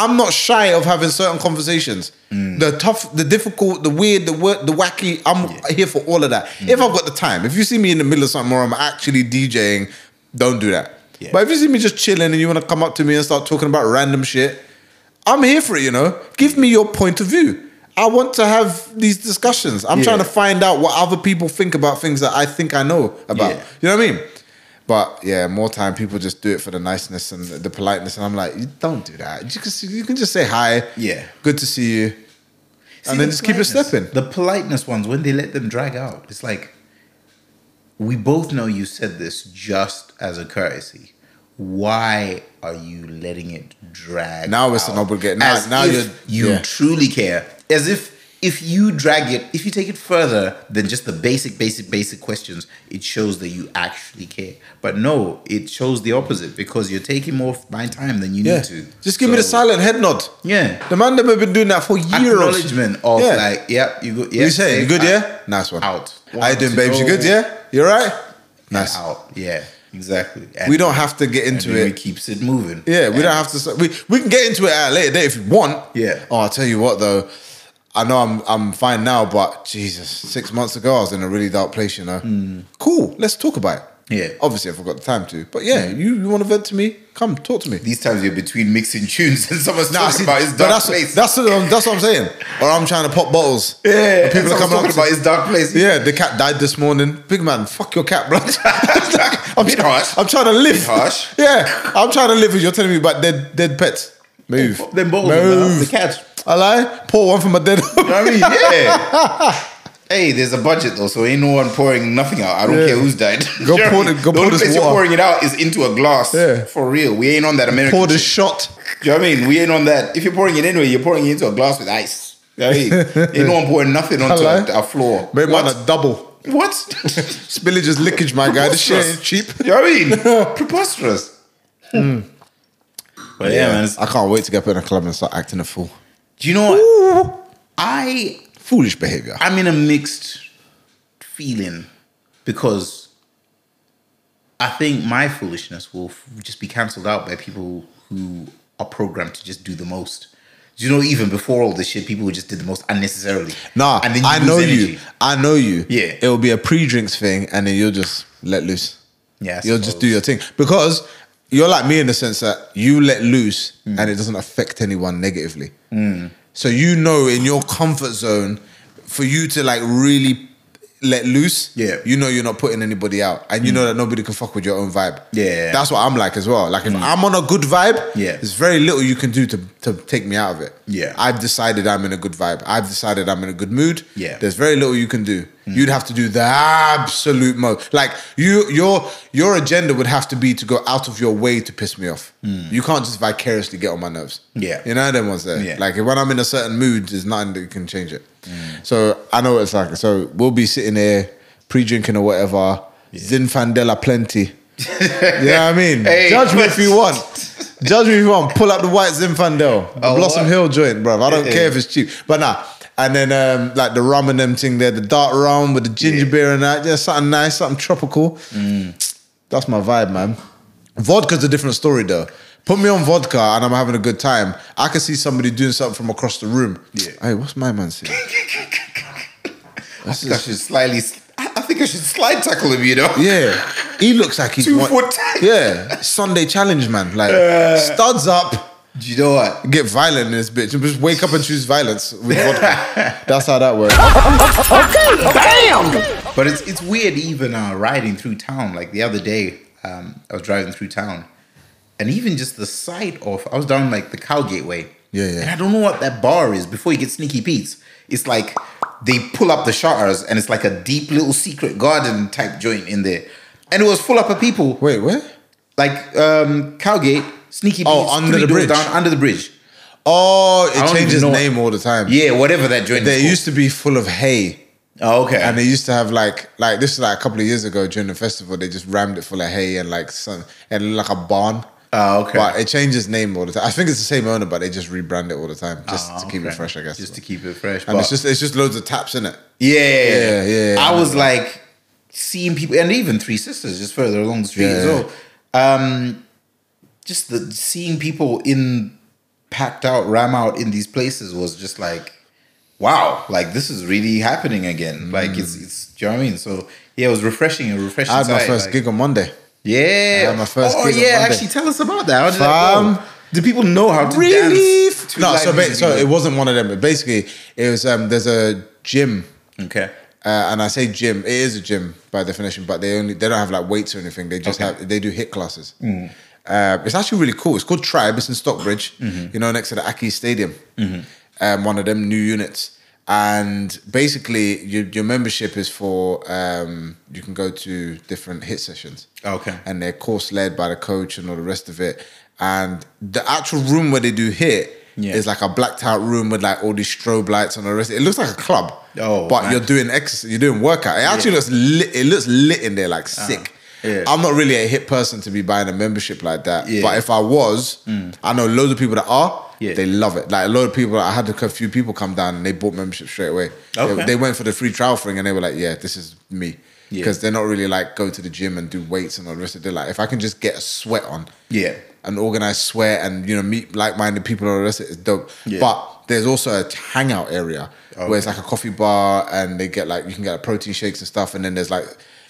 Speaker 4: I'm not shy of having certain conversations.
Speaker 2: Mm.
Speaker 4: The tough, the difficult, the weird, the wor- the wacky. I'm here for all of that.
Speaker 2: Mm.
Speaker 4: If I've got the time, if you see me in the middle of something where I'm actually DJing, don't do that.
Speaker 2: Yeah.
Speaker 4: But if you see me just chilling and you want to come up to me and start talking about random shit, I'm here for it, you know? Give me your point of view. I want to have these discussions. I'm trying to find out what other people think about things that I think I know about.
Speaker 2: Yeah.
Speaker 4: You know what I mean? But yeah, more time people just do it for the niceness and the politeness. And I'm like, you don't do that. You can, you can just say hi.
Speaker 2: Yeah.
Speaker 4: Good to see you.
Speaker 2: See,
Speaker 4: and then
Speaker 2: the
Speaker 4: just keep it
Speaker 2: politeness-
Speaker 4: stepping.
Speaker 2: The politeness ones, when they let them drag out, it's like, we both know you said this just as a courtesy. Why are you letting it drag?
Speaker 4: Now it's an
Speaker 2: out?
Speaker 4: obligate- now-
Speaker 2: As
Speaker 4: now
Speaker 2: if
Speaker 4: you're-
Speaker 2: you
Speaker 4: yeah.
Speaker 2: truly care. As if if you drag it, if you take it further than just the basic, basic, basic questions, it shows that you actually care. But no, it shows the opposite because you're taking more of my time than you
Speaker 4: Yeah.
Speaker 2: need to.
Speaker 4: Just give me the
Speaker 2: So,
Speaker 4: silent head nod.
Speaker 2: Yeah
Speaker 4: The man that have been doing that for years.
Speaker 2: acknowledgement of
Speaker 4: Yeah.
Speaker 2: like, yep, you good. Yeah,
Speaker 4: you saying? You good,
Speaker 2: safe,
Speaker 4: yeah? Nice one.
Speaker 2: Out.
Speaker 4: How you doing, babes? You good, yeah? You all right? Nice.
Speaker 2: Out. Yeah, exactly. And-
Speaker 4: We don't have to get
Speaker 2: and
Speaker 4: into
Speaker 2: then
Speaker 4: it.
Speaker 2: It keeps it moving.
Speaker 4: Yeah,
Speaker 2: And-
Speaker 4: we don't have to. We we can get into it at a later date if you want.
Speaker 2: Yeah.
Speaker 4: Oh, I'll tell you what though. I know I'm I'm fine now, but Jesus, six months ago I was in a really dark place, you know. Cool, let's talk about it.
Speaker 2: Hmm. Yeah. Hmm.
Speaker 4: Obviously, I forgot the time to, but yeah, you, you want to vent to me? Come talk to me.
Speaker 2: These times you're between mixing tunes and someone's
Speaker 4: Nah,
Speaker 2: talking
Speaker 4: see,
Speaker 2: about his
Speaker 4: but
Speaker 2: dark
Speaker 4: that's,
Speaker 2: place.
Speaker 4: That's what, I'm, that's what I'm saying. Or I'm trying to pop bottles.
Speaker 2: yeah,
Speaker 4: And people are coming up
Speaker 2: talking
Speaker 4: to
Speaker 2: about his dark place.
Speaker 4: Yeah, the cat died this morning. Big man, fuck your cat, bro. I'm,
Speaker 2: Bit harsh.
Speaker 4: I'm trying to live.
Speaker 2: harsh.
Speaker 4: Yeah, I'm trying to live. and You're telling me about dead dead pets. Move.
Speaker 2: Them bottles,
Speaker 4: Move.
Speaker 2: the catch.
Speaker 4: I lie. Pour one for my dead.
Speaker 2: I mean, yeah. Hey, there's a budget though, so ain't no one pouring nothing out. I don't
Speaker 4: Yeah.
Speaker 2: care who's died.
Speaker 4: Go
Speaker 2: You know
Speaker 4: pour
Speaker 2: what I
Speaker 4: the-
Speaker 2: mean?
Speaker 4: go
Speaker 2: the
Speaker 4: pour
Speaker 2: only
Speaker 4: this
Speaker 2: place you're
Speaker 4: water.
Speaker 2: pouring it out is into a glass.
Speaker 4: Yeah.
Speaker 2: For real, we ain't on that American.
Speaker 4: Pour the
Speaker 2: shit.
Speaker 4: shot.
Speaker 2: Do you know what I mean? We ain't on that. If you're pouring it anyway, you're pouring it into a glass with ice. You know what I mean? ain't no one pouring nothing onto
Speaker 4: Hello?
Speaker 2: our, our floor.
Speaker 4: But it might
Speaker 2: what?
Speaker 4: not double.
Speaker 2: what?
Speaker 4: Spillage is lickage, my guy. This shit ain't cheap. Hmm.
Speaker 2: You know what I mean? Preposterous. But yeah, man. it's-
Speaker 4: I can't wait to get up in a club and start acting a fool.
Speaker 2: Do you know what? I
Speaker 4: Foolish behavior.
Speaker 2: I'm in a mixed feeling because I think my foolishness will f- just be cancelled out by people who are programmed to just do the most. Do you know, even before all this shit, people who just did the most unnecessarily.
Speaker 4: Nah, I
Speaker 2: lose
Speaker 4: know
Speaker 2: energy.
Speaker 4: you. I know you.
Speaker 2: Yeah.
Speaker 4: It'll be a pre drinks thing and then you'll just let loose.
Speaker 2: Yeah, I
Speaker 4: You'll just do
Speaker 2: suppose.
Speaker 4: your thing. Because you're like me in the sense that you let loose and it doesn't affect anyone negatively.
Speaker 2: Hmm.
Speaker 4: So you know in your comfort zone, for you to like really let loose,
Speaker 2: Yeah. Hmm.
Speaker 4: you know you're not putting anybody out. And you know that nobody can fuck with your own vibe.
Speaker 2: Yeah. Hmm.
Speaker 4: That's what I'm like as well. Like if I'm on a good vibe,
Speaker 2: Yeah.
Speaker 4: there's very little you can do to, to take me out of it.
Speaker 2: Yeah.
Speaker 4: I've decided I'm in a good vibe. I've decided I'm in a good mood.
Speaker 2: Yeah. Hmm.
Speaker 4: There's very little you can do. You'd have to do the absolute most. Like you your your agenda would have to be to go out of your way to piss me off. You can't just vicariously get on my nerves.
Speaker 2: Hmm. Yeah.
Speaker 4: You know them ones there.
Speaker 2: Yeah.
Speaker 4: Like when I'm in a certain mood, there's nothing that can change it.
Speaker 2: Hmm.
Speaker 4: So I know what it's like. So we'll be sitting there pre-drinking or whatever. Zinfandela plenty. You know what I mean?
Speaker 2: Hey.
Speaker 4: Judge me if you want. Judge me if you want. Pull up the white Zinfandel, the
Speaker 2: Oh,
Speaker 4: Blossom
Speaker 2: what?
Speaker 4: Hill joint, bro. I don't
Speaker 2: Yeah.
Speaker 4: care if it's cheap, but nah. And then um, like the rum and them thing there, the dark rum with the ginger
Speaker 2: Yeah. Mm.
Speaker 4: beer and that, yeah, something nice, something tropical. That's my vibe, man. Vodka's a different story though. Put me on vodka and I'm having a good time. I can see somebody doing something from across the room.
Speaker 2: Yeah.
Speaker 4: Hey, what's my man saying?
Speaker 2: I think I should slightly. I I think I should slide tackle him. You know.
Speaker 4: Yeah, he looks like he's
Speaker 2: Two
Speaker 4: want-
Speaker 2: foot ten.
Speaker 4: Yeah, Sunday challenge, man. Like studs up.
Speaker 2: Do you know what?
Speaker 4: get violent in this bitch. Just wake up and choose violence with vodka. That's how that works.
Speaker 2: But it's it's weird even uh, riding through town. Like the other day, um, I was driving through town, and even just the sight of I was down like the Cowgate way.
Speaker 4: Yeah, yeah.
Speaker 2: And I don't know what that bar is. Before you get Sneaky Pete's, it's like they pull up the shutters, and it's like a deep little secret garden type joint in there, and it was full up of people.
Speaker 4: Wait, where?
Speaker 2: Like um, Cowgate, Sneaky Pete's,
Speaker 4: Oh, under
Speaker 2: three
Speaker 4: the
Speaker 2: doors
Speaker 4: bridge.
Speaker 2: down under the bridge.
Speaker 4: Oh,
Speaker 2: I
Speaker 4: it
Speaker 2: don't
Speaker 4: changes
Speaker 2: even know.
Speaker 4: name all the time.
Speaker 2: Yeah, whatever that joint.
Speaker 4: They
Speaker 2: is
Speaker 4: used to be full of hay.
Speaker 2: called. Oh, okay.
Speaker 4: And they used to have like like this is like a couple of years ago during the festival, they just rammed it full of hay and like sun and like a barn.
Speaker 2: Oh, okay.
Speaker 4: But it changes name all the time. I think it's the same owner, but they just rebrand it all the time just
Speaker 2: Oh,
Speaker 4: to keep it
Speaker 2: okay.
Speaker 4: fresh, I guess.
Speaker 2: Just to keep it fresh.
Speaker 4: and
Speaker 2: but-
Speaker 4: it's just it's just loads of taps in it. Yeah,
Speaker 2: Yeah,
Speaker 4: yeah, yeah.
Speaker 2: I was like seeing people, and even Three Sisters, just further along the street
Speaker 4: Yeah,
Speaker 2: as
Speaker 4: yeah.
Speaker 2: well. Um, just the seeing people in packed out, ram out in these places was just like, wow, like this is really happening again.
Speaker 4: Mm.
Speaker 2: Like it's, it's, do you know what I mean? So yeah, it was refreshing and refreshing.
Speaker 4: I had my
Speaker 2: sight,
Speaker 4: first
Speaker 2: like-
Speaker 4: gig on Monday.
Speaker 2: Yeah,
Speaker 4: I had my first
Speaker 2: Oh
Speaker 4: gig on
Speaker 2: yeah,
Speaker 4: Monday.
Speaker 2: actually, tell us about that. How did that
Speaker 4: Fam.
Speaker 2: go? oh, Do people know how to
Speaker 4: Relief.
Speaker 2: dance? to
Speaker 4: No,
Speaker 2: live
Speaker 4: so ba-
Speaker 2: music?
Speaker 4: so it wasn't one of them. But basically, it was um, there's a gym
Speaker 2: okay.
Speaker 4: uh, and I say gym, it is a gym by definition, but they only they don't have like weights or anything. They just
Speaker 2: Okay. Mm.
Speaker 4: have they do hit classes. Uh, it's actually really cool. It's called Tribe. It's in Stockbridge,
Speaker 2: Mm-hmm.
Speaker 4: you know, next to the Aki Stadium. Um, one of them new units, and basically your your membership is for um, you can go to different hit sessions.
Speaker 2: Okay.
Speaker 4: and they're course led by the coach and all the rest of it. And the actual room where they do hit.
Speaker 2: Yeah.
Speaker 4: is like a blacked out room with like all these strobe lights and all the rest. It looks like a club.
Speaker 2: Oh,
Speaker 4: but
Speaker 2: man.
Speaker 4: you're doing exercise, you're doing workout. It actually looks lit. It looks lit in there, like sick.
Speaker 2: Uh-huh. Yeah.
Speaker 4: I'm not really a hit person to be buying a membership like that.
Speaker 2: Yeah. Mm.
Speaker 4: But if I was, I know loads of people that are.
Speaker 2: Yeah.
Speaker 4: They love it. Like a lot of people, I had a few people come down and they bought membership straight away. They- They,
Speaker 2: Okay.
Speaker 4: went for the free trial thing and they were like, "Yeah, this is me."
Speaker 2: Yeah.
Speaker 4: Because they're not really like go to the gym and do weights and all the rest of it. They're like, if I can just get a sweat on,
Speaker 2: Yeah.
Speaker 4: and organized sweat and you know meet like-minded people and all the rest of it is dope.
Speaker 2: Yeah. Oh,
Speaker 4: But there's also a hangout area where it's like a coffee bar and they get like you can get like protein shakes and stuff and then there's like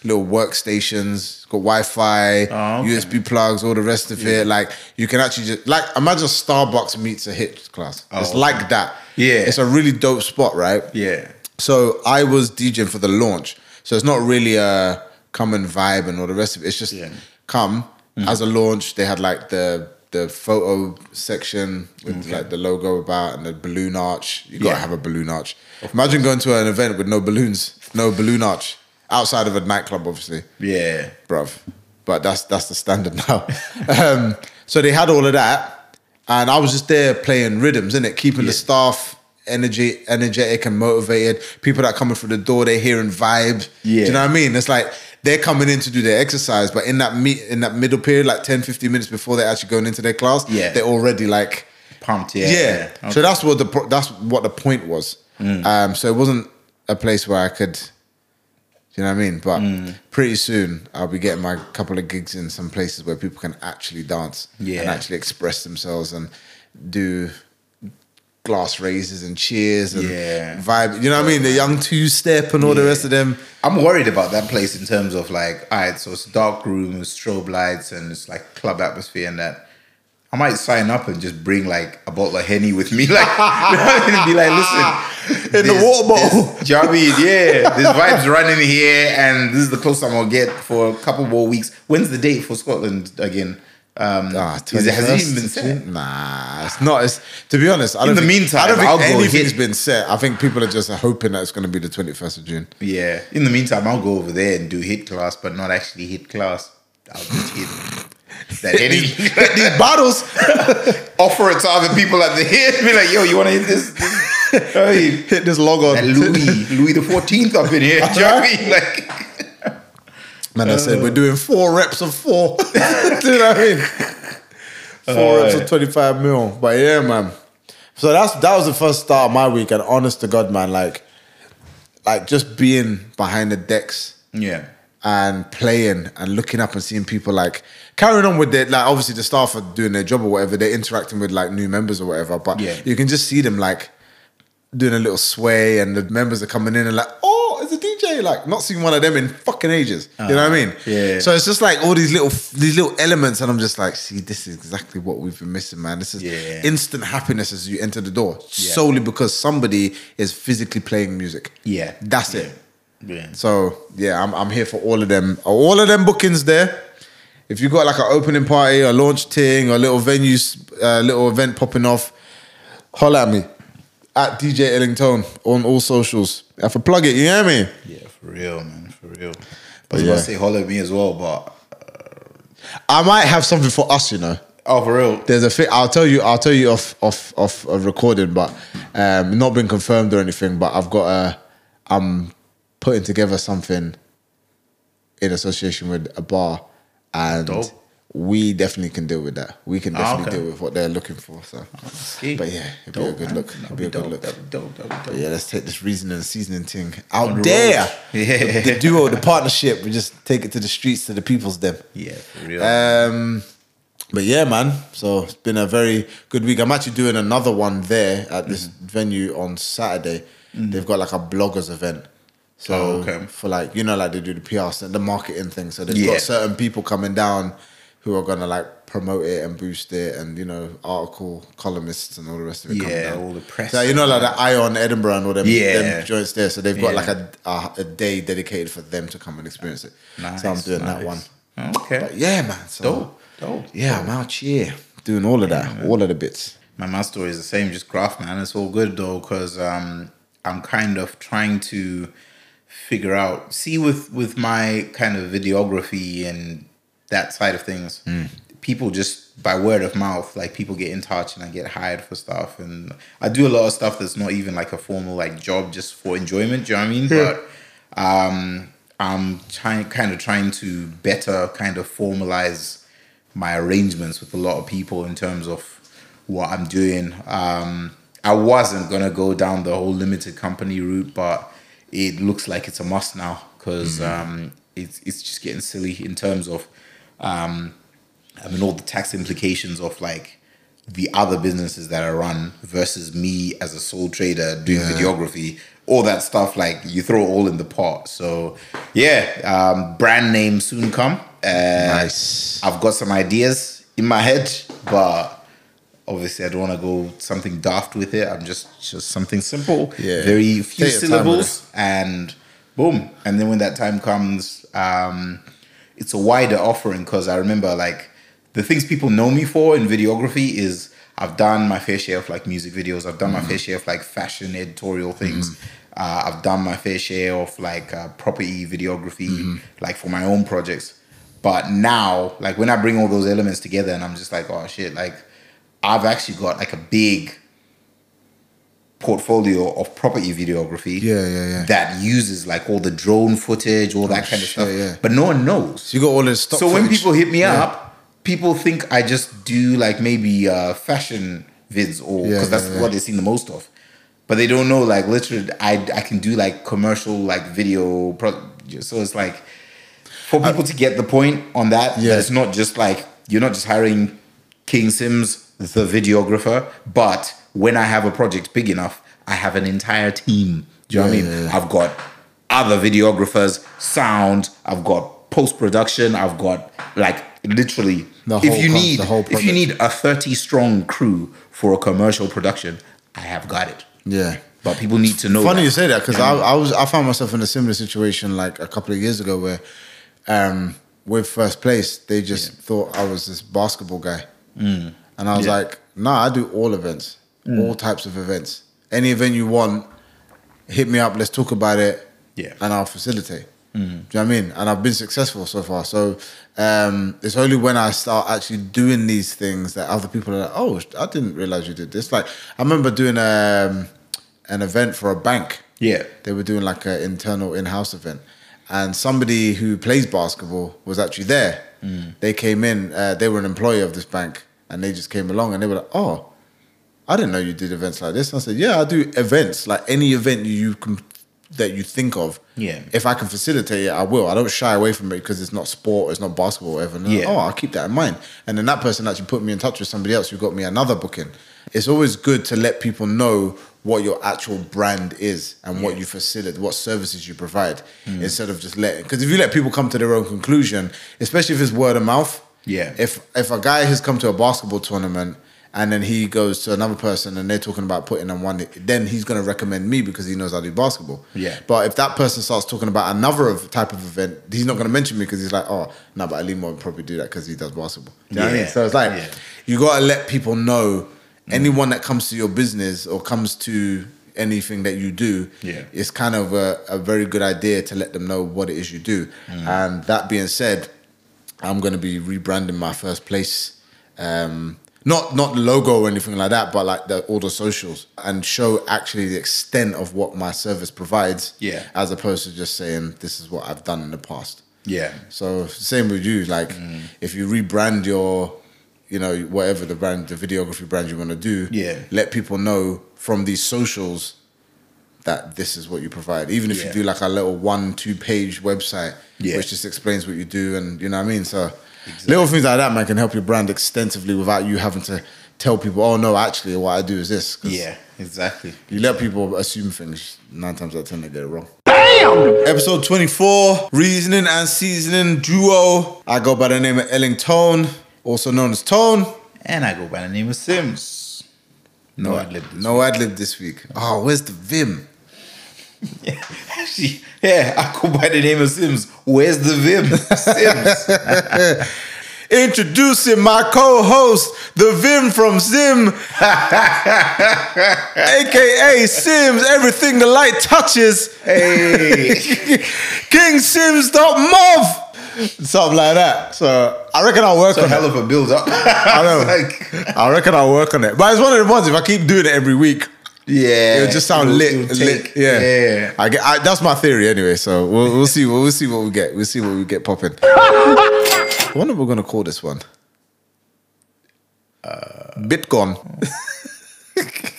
Speaker 4: little workstations, it's got Wi-Fi,
Speaker 2: Oh, okay.
Speaker 4: USB plugs, all the rest of it. Like you can actually just like imagine Starbucks meets a hit class. it's
Speaker 2: Oh, okay.
Speaker 4: like that.
Speaker 2: Yeah.
Speaker 4: It's a really dope spot, right?
Speaker 2: Yeah.
Speaker 4: So I was DJing for the launch. So it's not really a come and vibe and all the rest of it. It's just
Speaker 2: Yeah. Mm.
Speaker 4: come as a launch. They had like the the photo section with like the logo about and the balloon arch. You gotta
Speaker 2: Mm, Yeah.
Speaker 4: have a balloon arch. Imagine going to an event with no balloons, no balloon arch outside of a nightclub, obviously
Speaker 2: Yeah.
Speaker 4: bruv. But that's that's the standard now. um, so they had all of that, and I was just there playing rhythms, innit? Keeping the staff energy, energetic and motivated. People that coming through the door, they're hearing vibes. Do
Speaker 2: Yeah.
Speaker 4: you know what I mean? It's like they're coming in to do their exercise, but in that meet in that middle period, like 10, 15 minutes before they're actually going into their class,
Speaker 2: Yeah.
Speaker 4: they're already like
Speaker 2: Pumped. Yeah.
Speaker 4: yeah.
Speaker 2: Okay. Mm.
Speaker 4: So that's what the pro- that's what the point was. Um, so it wasn't a place where I could, you know what I mean. But
Speaker 2: Mm.
Speaker 4: pretty soon I'll be getting my couple of gigs in some places where people can actually dance and
Speaker 2: Yeah.
Speaker 4: actually express themselves and do glass raises and cheers and
Speaker 2: Yeah.
Speaker 4: vibe. You know what I mean? The young two step and all the rest of them.
Speaker 2: I'm worried about that place in terms of like, all right, so it's dark room, with strobe lights, and it's like club atmosphere and that. I might sign up and just bring like a bottle of henny with me, like and be like, listen,
Speaker 4: In the
Speaker 2: there's-
Speaker 4: water bottle.
Speaker 2: there's- do you know what I mean? Yeah, there's vibes running here, and this is the closest I'm gonna get for a couple more weeks. When's the date for Scotland again? Um,
Speaker 4: Ah,
Speaker 2: is it, has it even
Speaker 4: 21st
Speaker 2: been set?
Speaker 4: Nah, it's not. It's to be honest. I don't
Speaker 2: the
Speaker 4: think,
Speaker 2: meantime,
Speaker 4: I don't think
Speaker 2: I'll go
Speaker 4: anything's
Speaker 2: hit-
Speaker 4: been set. I think people are just hoping that it's going to be the twenty first of June.
Speaker 2: Yeah. In the meantime, I'll go over there and do hit class, but not actually hit class. I'll just hit that henny.
Speaker 4: These bottles.
Speaker 2: offer it to other people at the hit. Be like, yo, you want to hit this? this? Hey,
Speaker 4: hit this log
Speaker 2: that
Speaker 4: on.
Speaker 2: Louis, Louis the Fourteenth up in here. Do you know what I mean? Like,
Speaker 4: Man, I said we're doing four reps of four. Do you know what I mean? Four reps of twenty-five mil. But yeah, man. So that's that was the first start of my week, and honest to God, man, like, like just being behind the decks
Speaker 2: yeah,
Speaker 4: and playing and looking up and seeing people like carrying on with their like obviously the staff are doing their job or whatever they're interacting with like new members or whatever but
Speaker 2: Yeah.
Speaker 4: you can just see them like doing a little sway and the members are coming in and like oh it's a DJ like not seen one of them in fucking ages you know what I mean
Speaker 2: Uh-huh. yeah.
Speaker 4: so it's just like all these little these little elements and I'm just like see this is exactly what we've been missing man this is
Speaker 2: Yeah.
Speaker 4: instant happiness as you enter the door solely because somebody is physically playing music
Speaker 2: Yeah.
Speaker 4: that's it
Speaker 2: yeah.
Speaker 4: so yeah, I'm I'm here for all of them. All of them bookings there. If you got like an opening party, a launch thing, or a little venue, uh, little event popping off, holler at me at DJ Ellington on all socials. I have to plug it. You hear me?
Speaker 2: Yeah, for real, man, for real. I was
Speaker 4: yeah.
Speaker 2: about to say holler at me as well, but
Speaker 4: I might have something for us. You know,
Speaker 2: oh, for real,
Speaker 4: there's a fit. I'll tell you. I'll tell you off off off of recording, but um, not been confirmed or anything. But I've got a. I'm putting together something in association with a bar, and
Speaker 2: Dope. Ah,
Speaker 4: we definitely can deal with that. We can definitely
Speaker 2: okay.
Speaker 4: deal with what they're looking for. So,
Speaker 2: See?
Speaker 4: but yeah, it'd be a
Speaker 2: Dope,
Speaker 4: good
Speaker 2: man.
Speaker 4: look. It'd
Speaker 2: That'd
Speaker 4: be a good
Speaker 2: dope,
Speaker 4: look.
Speaker 2: that'd be dope, that'd be dope.
Speaker 4: But yeah, let's take this reasoning and seasoning thing out
Speaker 2: road.
Speaker 4: there.
Speaker 2: Yeah.
Speaker 4: The, the duo, the partnership, we just take it to the streets, to the people's them.
Speaker 2: Yeah, for real.
Speaker 4: Um, but yeah, man. So it's been a very good week. I'm actually doing another one there at this
Speaker 2: Mm-hmm.
Speaker 4: venue on Saturday. They've got like a bloggers event. So
Speaker 2: Oh, okay.
Speaker 4: for like you know, like they do the PR, stuff, the marketing thing. So they've
Speaker 2: Yeah.
Speaker 4: got certain people coming down who are gonna like promote it and boost it, and you know, article columnists and all the rest of it. coming
Speaker 2: Yeah,
Speaker 4: down.
Speaker 2: all the press
Speaker 4: So you know, like the Ion Edinburgh and all them,
Speaker 2: Yeah.
Speaker 4: them joints there. So they've got
Speaker 2: Yeah.
Speaker 4: like a, a a day dedicated for them to come and experience it. so I'm
Speaker 2: Nice,
Speaker 4: doing that
Speaker 2: nice.
Speaker 4: one.
Speaker 2: okay,
Speaker 4: But yeah, man. So
Speaker 2: dope, dope.
Speaker 4: yeah, I'm out here doing all of that, all of the bits.
Speaker 2: Man, my story is the same, just graph, man. It's all good though, because um, I'm kind of trying to figure out. See, with with my kind of videography and that side of things, people just by word of mouth, like people get in touch and I get hired for stuff, and I do a lot of stuff that's not even like a formal like job, just for enjoyment. Do you know what I mean? But um, I'm trying, kind of trying to better kind of formalize my arrangements with a lot of people in terms of what I'm doing. Um, I wasn't gonna go down the whole limited company route, but it looks like it's a must now because um, it's it's just getting silly in terms of um, I mean, all the tax implications of like the other businesses that I run versus me as a sole trader doing videography, all that stuff, like you throw it all in the pot. So, yeah, um, brand name soon come. Uh,
Speaker 4: Nice.
Speaker 2: I've got some ideas in my head, but obviously I don't want to go something daft with it. I'm just just something simple,
Speaker 4: Yeah.
Speaker 2: very few
Speaker 4: Take your time with
Speaker 2: syllables, and boom. And then when that time comes, um, it's a wider offering because I remember like the things people know me for in videography is I've done my fair share of like music videos. I've done my
Speaker 4: Mm-hmm.
Speaker 2: fair share of like fashion editorial things. Uh, I've done my fair share of like uh, property videography,
Speaker 4: Mm-hmm.
Speaker 2: like for my own projects. But now, like when I bring all those elements together, and I'm just like, oh shit, like I've actually got like a big portfolio of property videography
Speaker 4: Yeah, yeah, yeah.
Speaker 2: that uses like all the drone footage all that kind of
Speaker 4: shit,
Speaker 2: stuff
Speaker 4: yeah.
Speaker 2: but no one knows
Speaker 4: So you got all this stock.
Speaker 2: so when
Speaker 4: footage.
Speaker 2: people hit me up, people think I just do like maybe uh, fashion vids or
Speaker 4: Yeah,
Speaker 2: because that's
Speaker 4: yeah, yeah.
Speaker 2: what they seen the most of, but they don't know like literally I I can do like commercial like video. Pro- so it's like for people to get the point on that. Yeah,
Speaker 4: Uh, Yeah.
Speaker 2: it's not just like you're not just hiring King Sims the videographer, but when I have a project big enough, I have an entire team. Do you know what I
Speaker 4: Yeah,
Speaker 2: mean?
Speaker 4: yeah, yeah.
Speaker 2: I've got other videographers, sound, I've got post production, I've got like literally
Speaker 4: The
Speaker 2: if
Speaker 4: whole
Speaker 2: you
Speaker 4: con-
Speaker 2: need
Speaker 4: the whole
Speaker 2: if you need
Speaker 4: project.
Speaker 2: a 30 strong crew for a commercial production, I have got it.
Speaker 4: yeah.
Speaker 2: But people need to know
Speaker 4: Funny
Speaker 2: that.
Speaker 4: you say that because I, I was I found myself in a similar situation like a couple of years ago where, um, with first place they just thought I was this basketball guy, and I was like, Nah, I do all events, all types of events, any event you want, hit me up. Let's talk about it.
Speaker 2: Yeah.
Speaker 4: and I'll facilitate. Do you know what I mean? And I've been successful so far. So um, it's only when I start actually doing these things that other people are like, "Oh, I didn't realize you did this." Like I remember doing um, an event for a bank.
Speaker 2: Yeah.
Speaker 4: they were doing like an internal in-house event, and somebody who plays basketball was actually there. They came in. Uh, they were an employee of this bank, and they just came along, and they were like, "Oh." I didn't know you did events like this. And I said, yeah, I do events, like any event you can that you think of.
Speaker 2: Yeah.
Speaker 4: If I can facilitate it, I will. I don't shy away from it because it's not sport, it's not basketball, whatever. And they're like,
Speaker 2: Yeah.
Speaker 4: Oh, I'll keep that in mind. And then that person actually put me in touch with somebody else who got me another booking. It's always good to let people know what your actual brand is and what you facilitate, what services you provide, instead of just letting. Because if you let people come to their own conclusion, especially if it's word of mouth,
Speaker 2: Yeah.
Speaker 4: if if a guy has come to a basketball tournament and then he goes to another person and they're talking about putting on one, then he's going to recommend me because he knows I do basketball.
Speaker 2: Yeah.
Speaker 4: But if that person starts talking about another of, type of event, he's not going to mention me because he's like, oh, no, but Alimo would probably do that because he does basketball. Do you know what I mean?
Speaker 2: Yeah.
Speaker 4: So it's like,
Speaker 2: Yeah. Mm.
Speaker 4: you got to let people know anyone that comes to your business or comes to anything that you do,
Speaker 2: Yeah.
Speaker 4: it's kind of a, a very good idea to let them know what it is you do.
Speaker 2: Mm.
Speaker 4: And that being said, I'm going to be rebranding my first place. Um, not not the logo or anything like that, but like the, all the socials and show actually the extent of what my service provides.
Speaker 2: Yeah.
Speaker 4: As opposed to just saying this is what I've done in the past.
Speaker 2: Yeah.
Speaker 4: So same with you. Like
Speaker 2: Mm.
Speaker 4: if you rebrand your, you know, whatever the brand, the videography brand you want to do,
Speaker 2: Yeah.
Speaker 4: let people know from these socials that this is what you provide. Even if
Speaker 2: Yeah.
Speaker 4: you do like a little one, two page website,
Speaker 2: Yeah.
Speaker 4: which just explains what you do, and you know what I mean. So little things like that, man, can help your brand extensively without you having to tell people, oh no, actually, what I do is this. 'Cause
Speaker 2: Yeah, exactly.
Speaker 4: you let people assume things. Nine times out of ten, they get it wrong. Damn! Episode 24, Reasoning and Seasoning Duo. I go by the name of Elling Tone, also known as Tone.
Speaker 2: And I go by the name of Sims. No, I lived
Speaker 4: No ad lib this week. Oh, where's the Vim?
Speaker 2: Actually, yeah, I go by the name of Sims. Where's the Vim? Sims.
Speaker 4: Introducing my co host, the Vim from Zim, aka Sims, everything the light touches.
Speaker 2: hey.
Speaker 4: King Something like that. So I reckon I'll work
Speaker 2: It's a
Speaker 4: on it.
Speaker 2: hell of a build up.
Speaker 4: I know.
Speaker 2: like,
Speaker 4: I reckon I'll work on it. But it's one of the ones, if I keep doing it every week,
Speaker 2: yeah.
Speaker 4: it'll just sound
Speaker 2: It'll-
Speaker 4: lit.
Speaker 2: it'll
Speaker 4: lit.
Speaker 2: take-
Speaker 4: Yeah.
Speaker 2: yeah.
Speaker 4: I get, I, that's my theory anyway. So we'll, we'll see. We'll, we'll see what we get. We'll see what we get popping. I wonder what we're going to call this one. Uh, Bitcoin.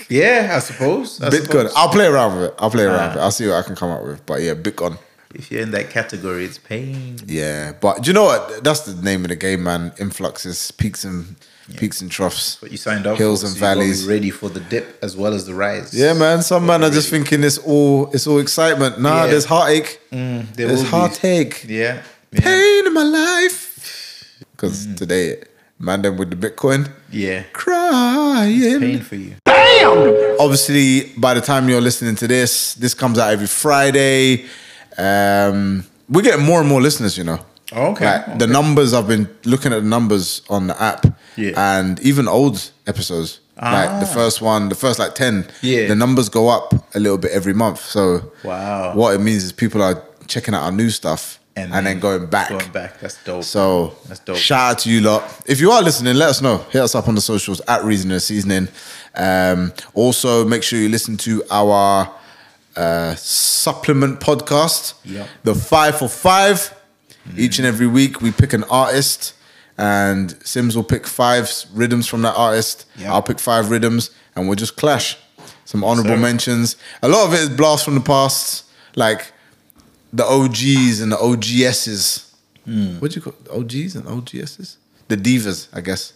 Speaker 2: Yeah, I suppose. I
Speaker 4: Bitcoin.
Speaker 2: suppose.
Speaker 4: I'll play around with it. I'll play around with it.
Speaker 2: Ah.
Speaker 4: I'll see what I can come up with. But yeah, Bitcoin.
Speaker 2: If you're in that category, it's pain.
Speaker 4: Yeah. But do you know what? That's the name of the game, man. Influxes, peaks and peaks and troughs.
Speaker 2: But you signed up
Speaker 4: Hills
Speaker 2: for,
Speaker 4: and
Speaker 2: so you gotta be
Speaker 4: valleys.
Speaker 2: ready for the dip as well as the rise.
Speaker 4: Yeah, man. Some men are just thinking it's all it's all excitement. Nah,
Speaker 2: Yeah.
Speaker 4: there's heartache.
Speaker 2: There
Speaker 4: there's
Speaker 2: will be.
Speaker 4: heartache.
Speaker 2: Yeah. Yeah. Mm.
Speaker 4: Pain in my life. Because today, man, them with the Bitcoin
Speaker 2: yeah.
Speaker 4: crying.
Speaker 2: Pain for you.
Speaker 4: Obviously, by the time you're listening to this, this comes out every Friday. Um, we're getting more and more listeners, you know.
Speaker 5: Oh, Okay.
Speaker 4: Like, The
Speaker 5: Okay.
Speaker 4: numbers I've been looking at the numbers on the app,
Speaker 5: Yeah.
Speaker 4: and even old episodes, like the
Speaker 5: Ah.
Speaker 4: first one, the first like ten,
Speaker 5: Yeah.
Speaker 4: the numbers go up a little bit every month. So
Speaker 5: Wow.
Speaker 4: what it means is people are checking out our new stuff and,
Speaker 5: And
Speaker 4: then
Speaker 5: then
Speaker 4: going back.
Speaker 5: Going back, that's dope.
Speaker 4: So
Speaker 5: That's dope.
Speaker 4: shout out to you lot. If you are listening, let us know. Hit us up on the socials at Reason and Seasoning. Um, also, make sure you listen to our uh, supplement podcast,
Speaker 5: Yep.
Speaker 4: the Five for Five. Each and every week, we pick an artist, and Sims will pick five s- rhythms from that artist.
Speaker 5: Yep.
Speaker 4: I'll pick five rhythms, and we'll just clash. Some honorable
Speaker 5: Sir.
Speaker 4: mentions. A lot of it is blast from the past, like the OGs and the OGSs. What do you call OGs and OGSs? The divas, I guess.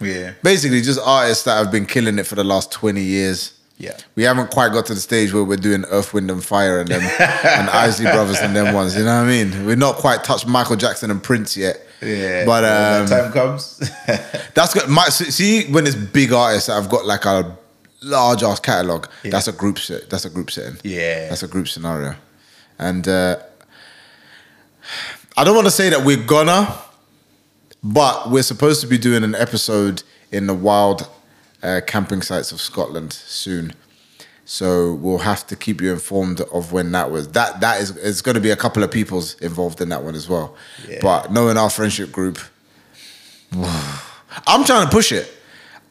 Speaker 5: yeah.
Speaker 4: Basically, just artists that have been killing it for the last twenty years.
Speaker 5: Yeah.
Speaker 4: we haven't quite got to the stage where we're doing Earth, Wind, and Fire and them and Isley Brothers and them ones. You know what I mean? We're not quite touched Michael Jackson and Prince yet.
Speaker 5: Yeah.
Speaker 4: but
Speaker 5: When
Speaker 4: um,
Speaker 5: that time comes.
Speaker 4: that's good. My, see- see, when it's big artists that have got like a large ass catalog, that's a group set. That's a group setting.
Speaker 5: Yeah.
Speaker 4: that's a group scenario. And uh, I don't want to say that we're gonna, but we're supposed to be doing an episode in the wild uh, camping sites of Scotland soon. So we'll have to keep you informed of when that was. That that is it's going to be a couple of people's involved in that one as well.
Speaker 5: Yeah.
Speaker 4: But knowing our friendship group, I'm trying to push it.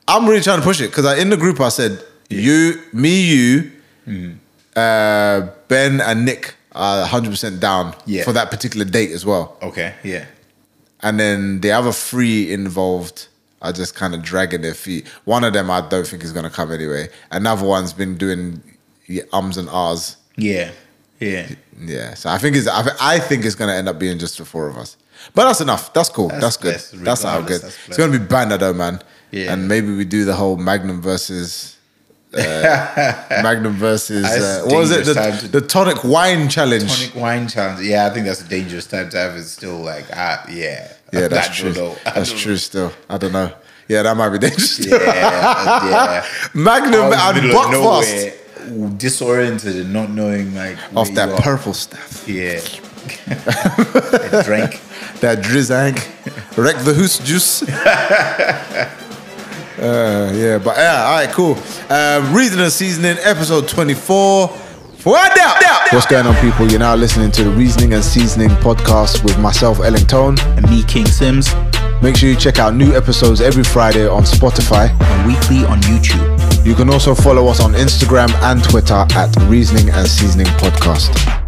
Speaker 4: I'm really trying to push it because in the group I said you, me, you,
Speaker 5: Mm-hmm.
Speaker 4: uh, Ben, and Nick are 100 percent down
Speaker 5: Yeah.
Speaker 4: for that particular date as well.
Speaker 5: okay. Yeah.
Speaker 4: And then the other three involved are just kind of dragging their feet. One of them I don't think is going to come anyway. Another one's been doing yeah, ums and ahs.
Speaker 5: Yeah. Yeah.
Speaker 4: Yeah, so I think it's I, thi- I think it's gonna end up being just the four of us, but that's enough. That's cool. That's,
Speaker 5: That's
Speaker 4: good.
Speaker 5: blessed.
Speaker 4: That's how
Speaker 5: Regardless,
Speaker 4: good.
Speaker 5: that's
Speaker 4: it's gonna be Banner though, man.
Speaker 5: Yeah.
Speaker 4: and maybe we do the whole Magnum versus uh, Magnum versus
Speaker 5: That's
Speaker 4: uh, what was it
Speaker 5: dangerous time to-
Speaker 4: the, the tonic wine challenge?
Speaker 5: Tonic wine challenge. Yeah, I think that's a dangerous time to have. It's still like, ah, yeah.
Speaker 4: yeah, that's
Speaker 5: I
Speaker 4: true.
Speaker 5: don't know. I
Speaker 4: That's
Speaker 5: don't
Speaker 4: true. Still, I don't know. Yeah, that might be dangerous.
Speaker 5: know. Yeah. yeah.
Speaker 4: Magnum
Speaker 5: Out in
Speaker 4: and
Speaker 5: the middle of
Speaker 4: buck fast
Speaker 5: nowhere, disoriented and not knowing like where
Speaker 4: off
Speaker 5: you
Speaker 4: that
Speaker 5: are.
Speaker 4: purple stuff,
Speaker 5: Yeah. I drank.
Speaker 4: that drizzang, wreck the hoose juice. Uh, yeah, but yeah, all right, cool. Um, Reason and Seasoning, episode 24. What up? What's going on, people? You're now listening to the Reasoning and Seasoning podcast with myself, Ellen Tone.
Speaker 5: And me, King Sims,
Speaker 4: Make sure you check out new episodes every Friday on Spotify.
Speaker 5: and weekly on YouTube.
Speaker 4: You can also follow us on Instagram and Twitter at Reasoning and Seasoning Podcast.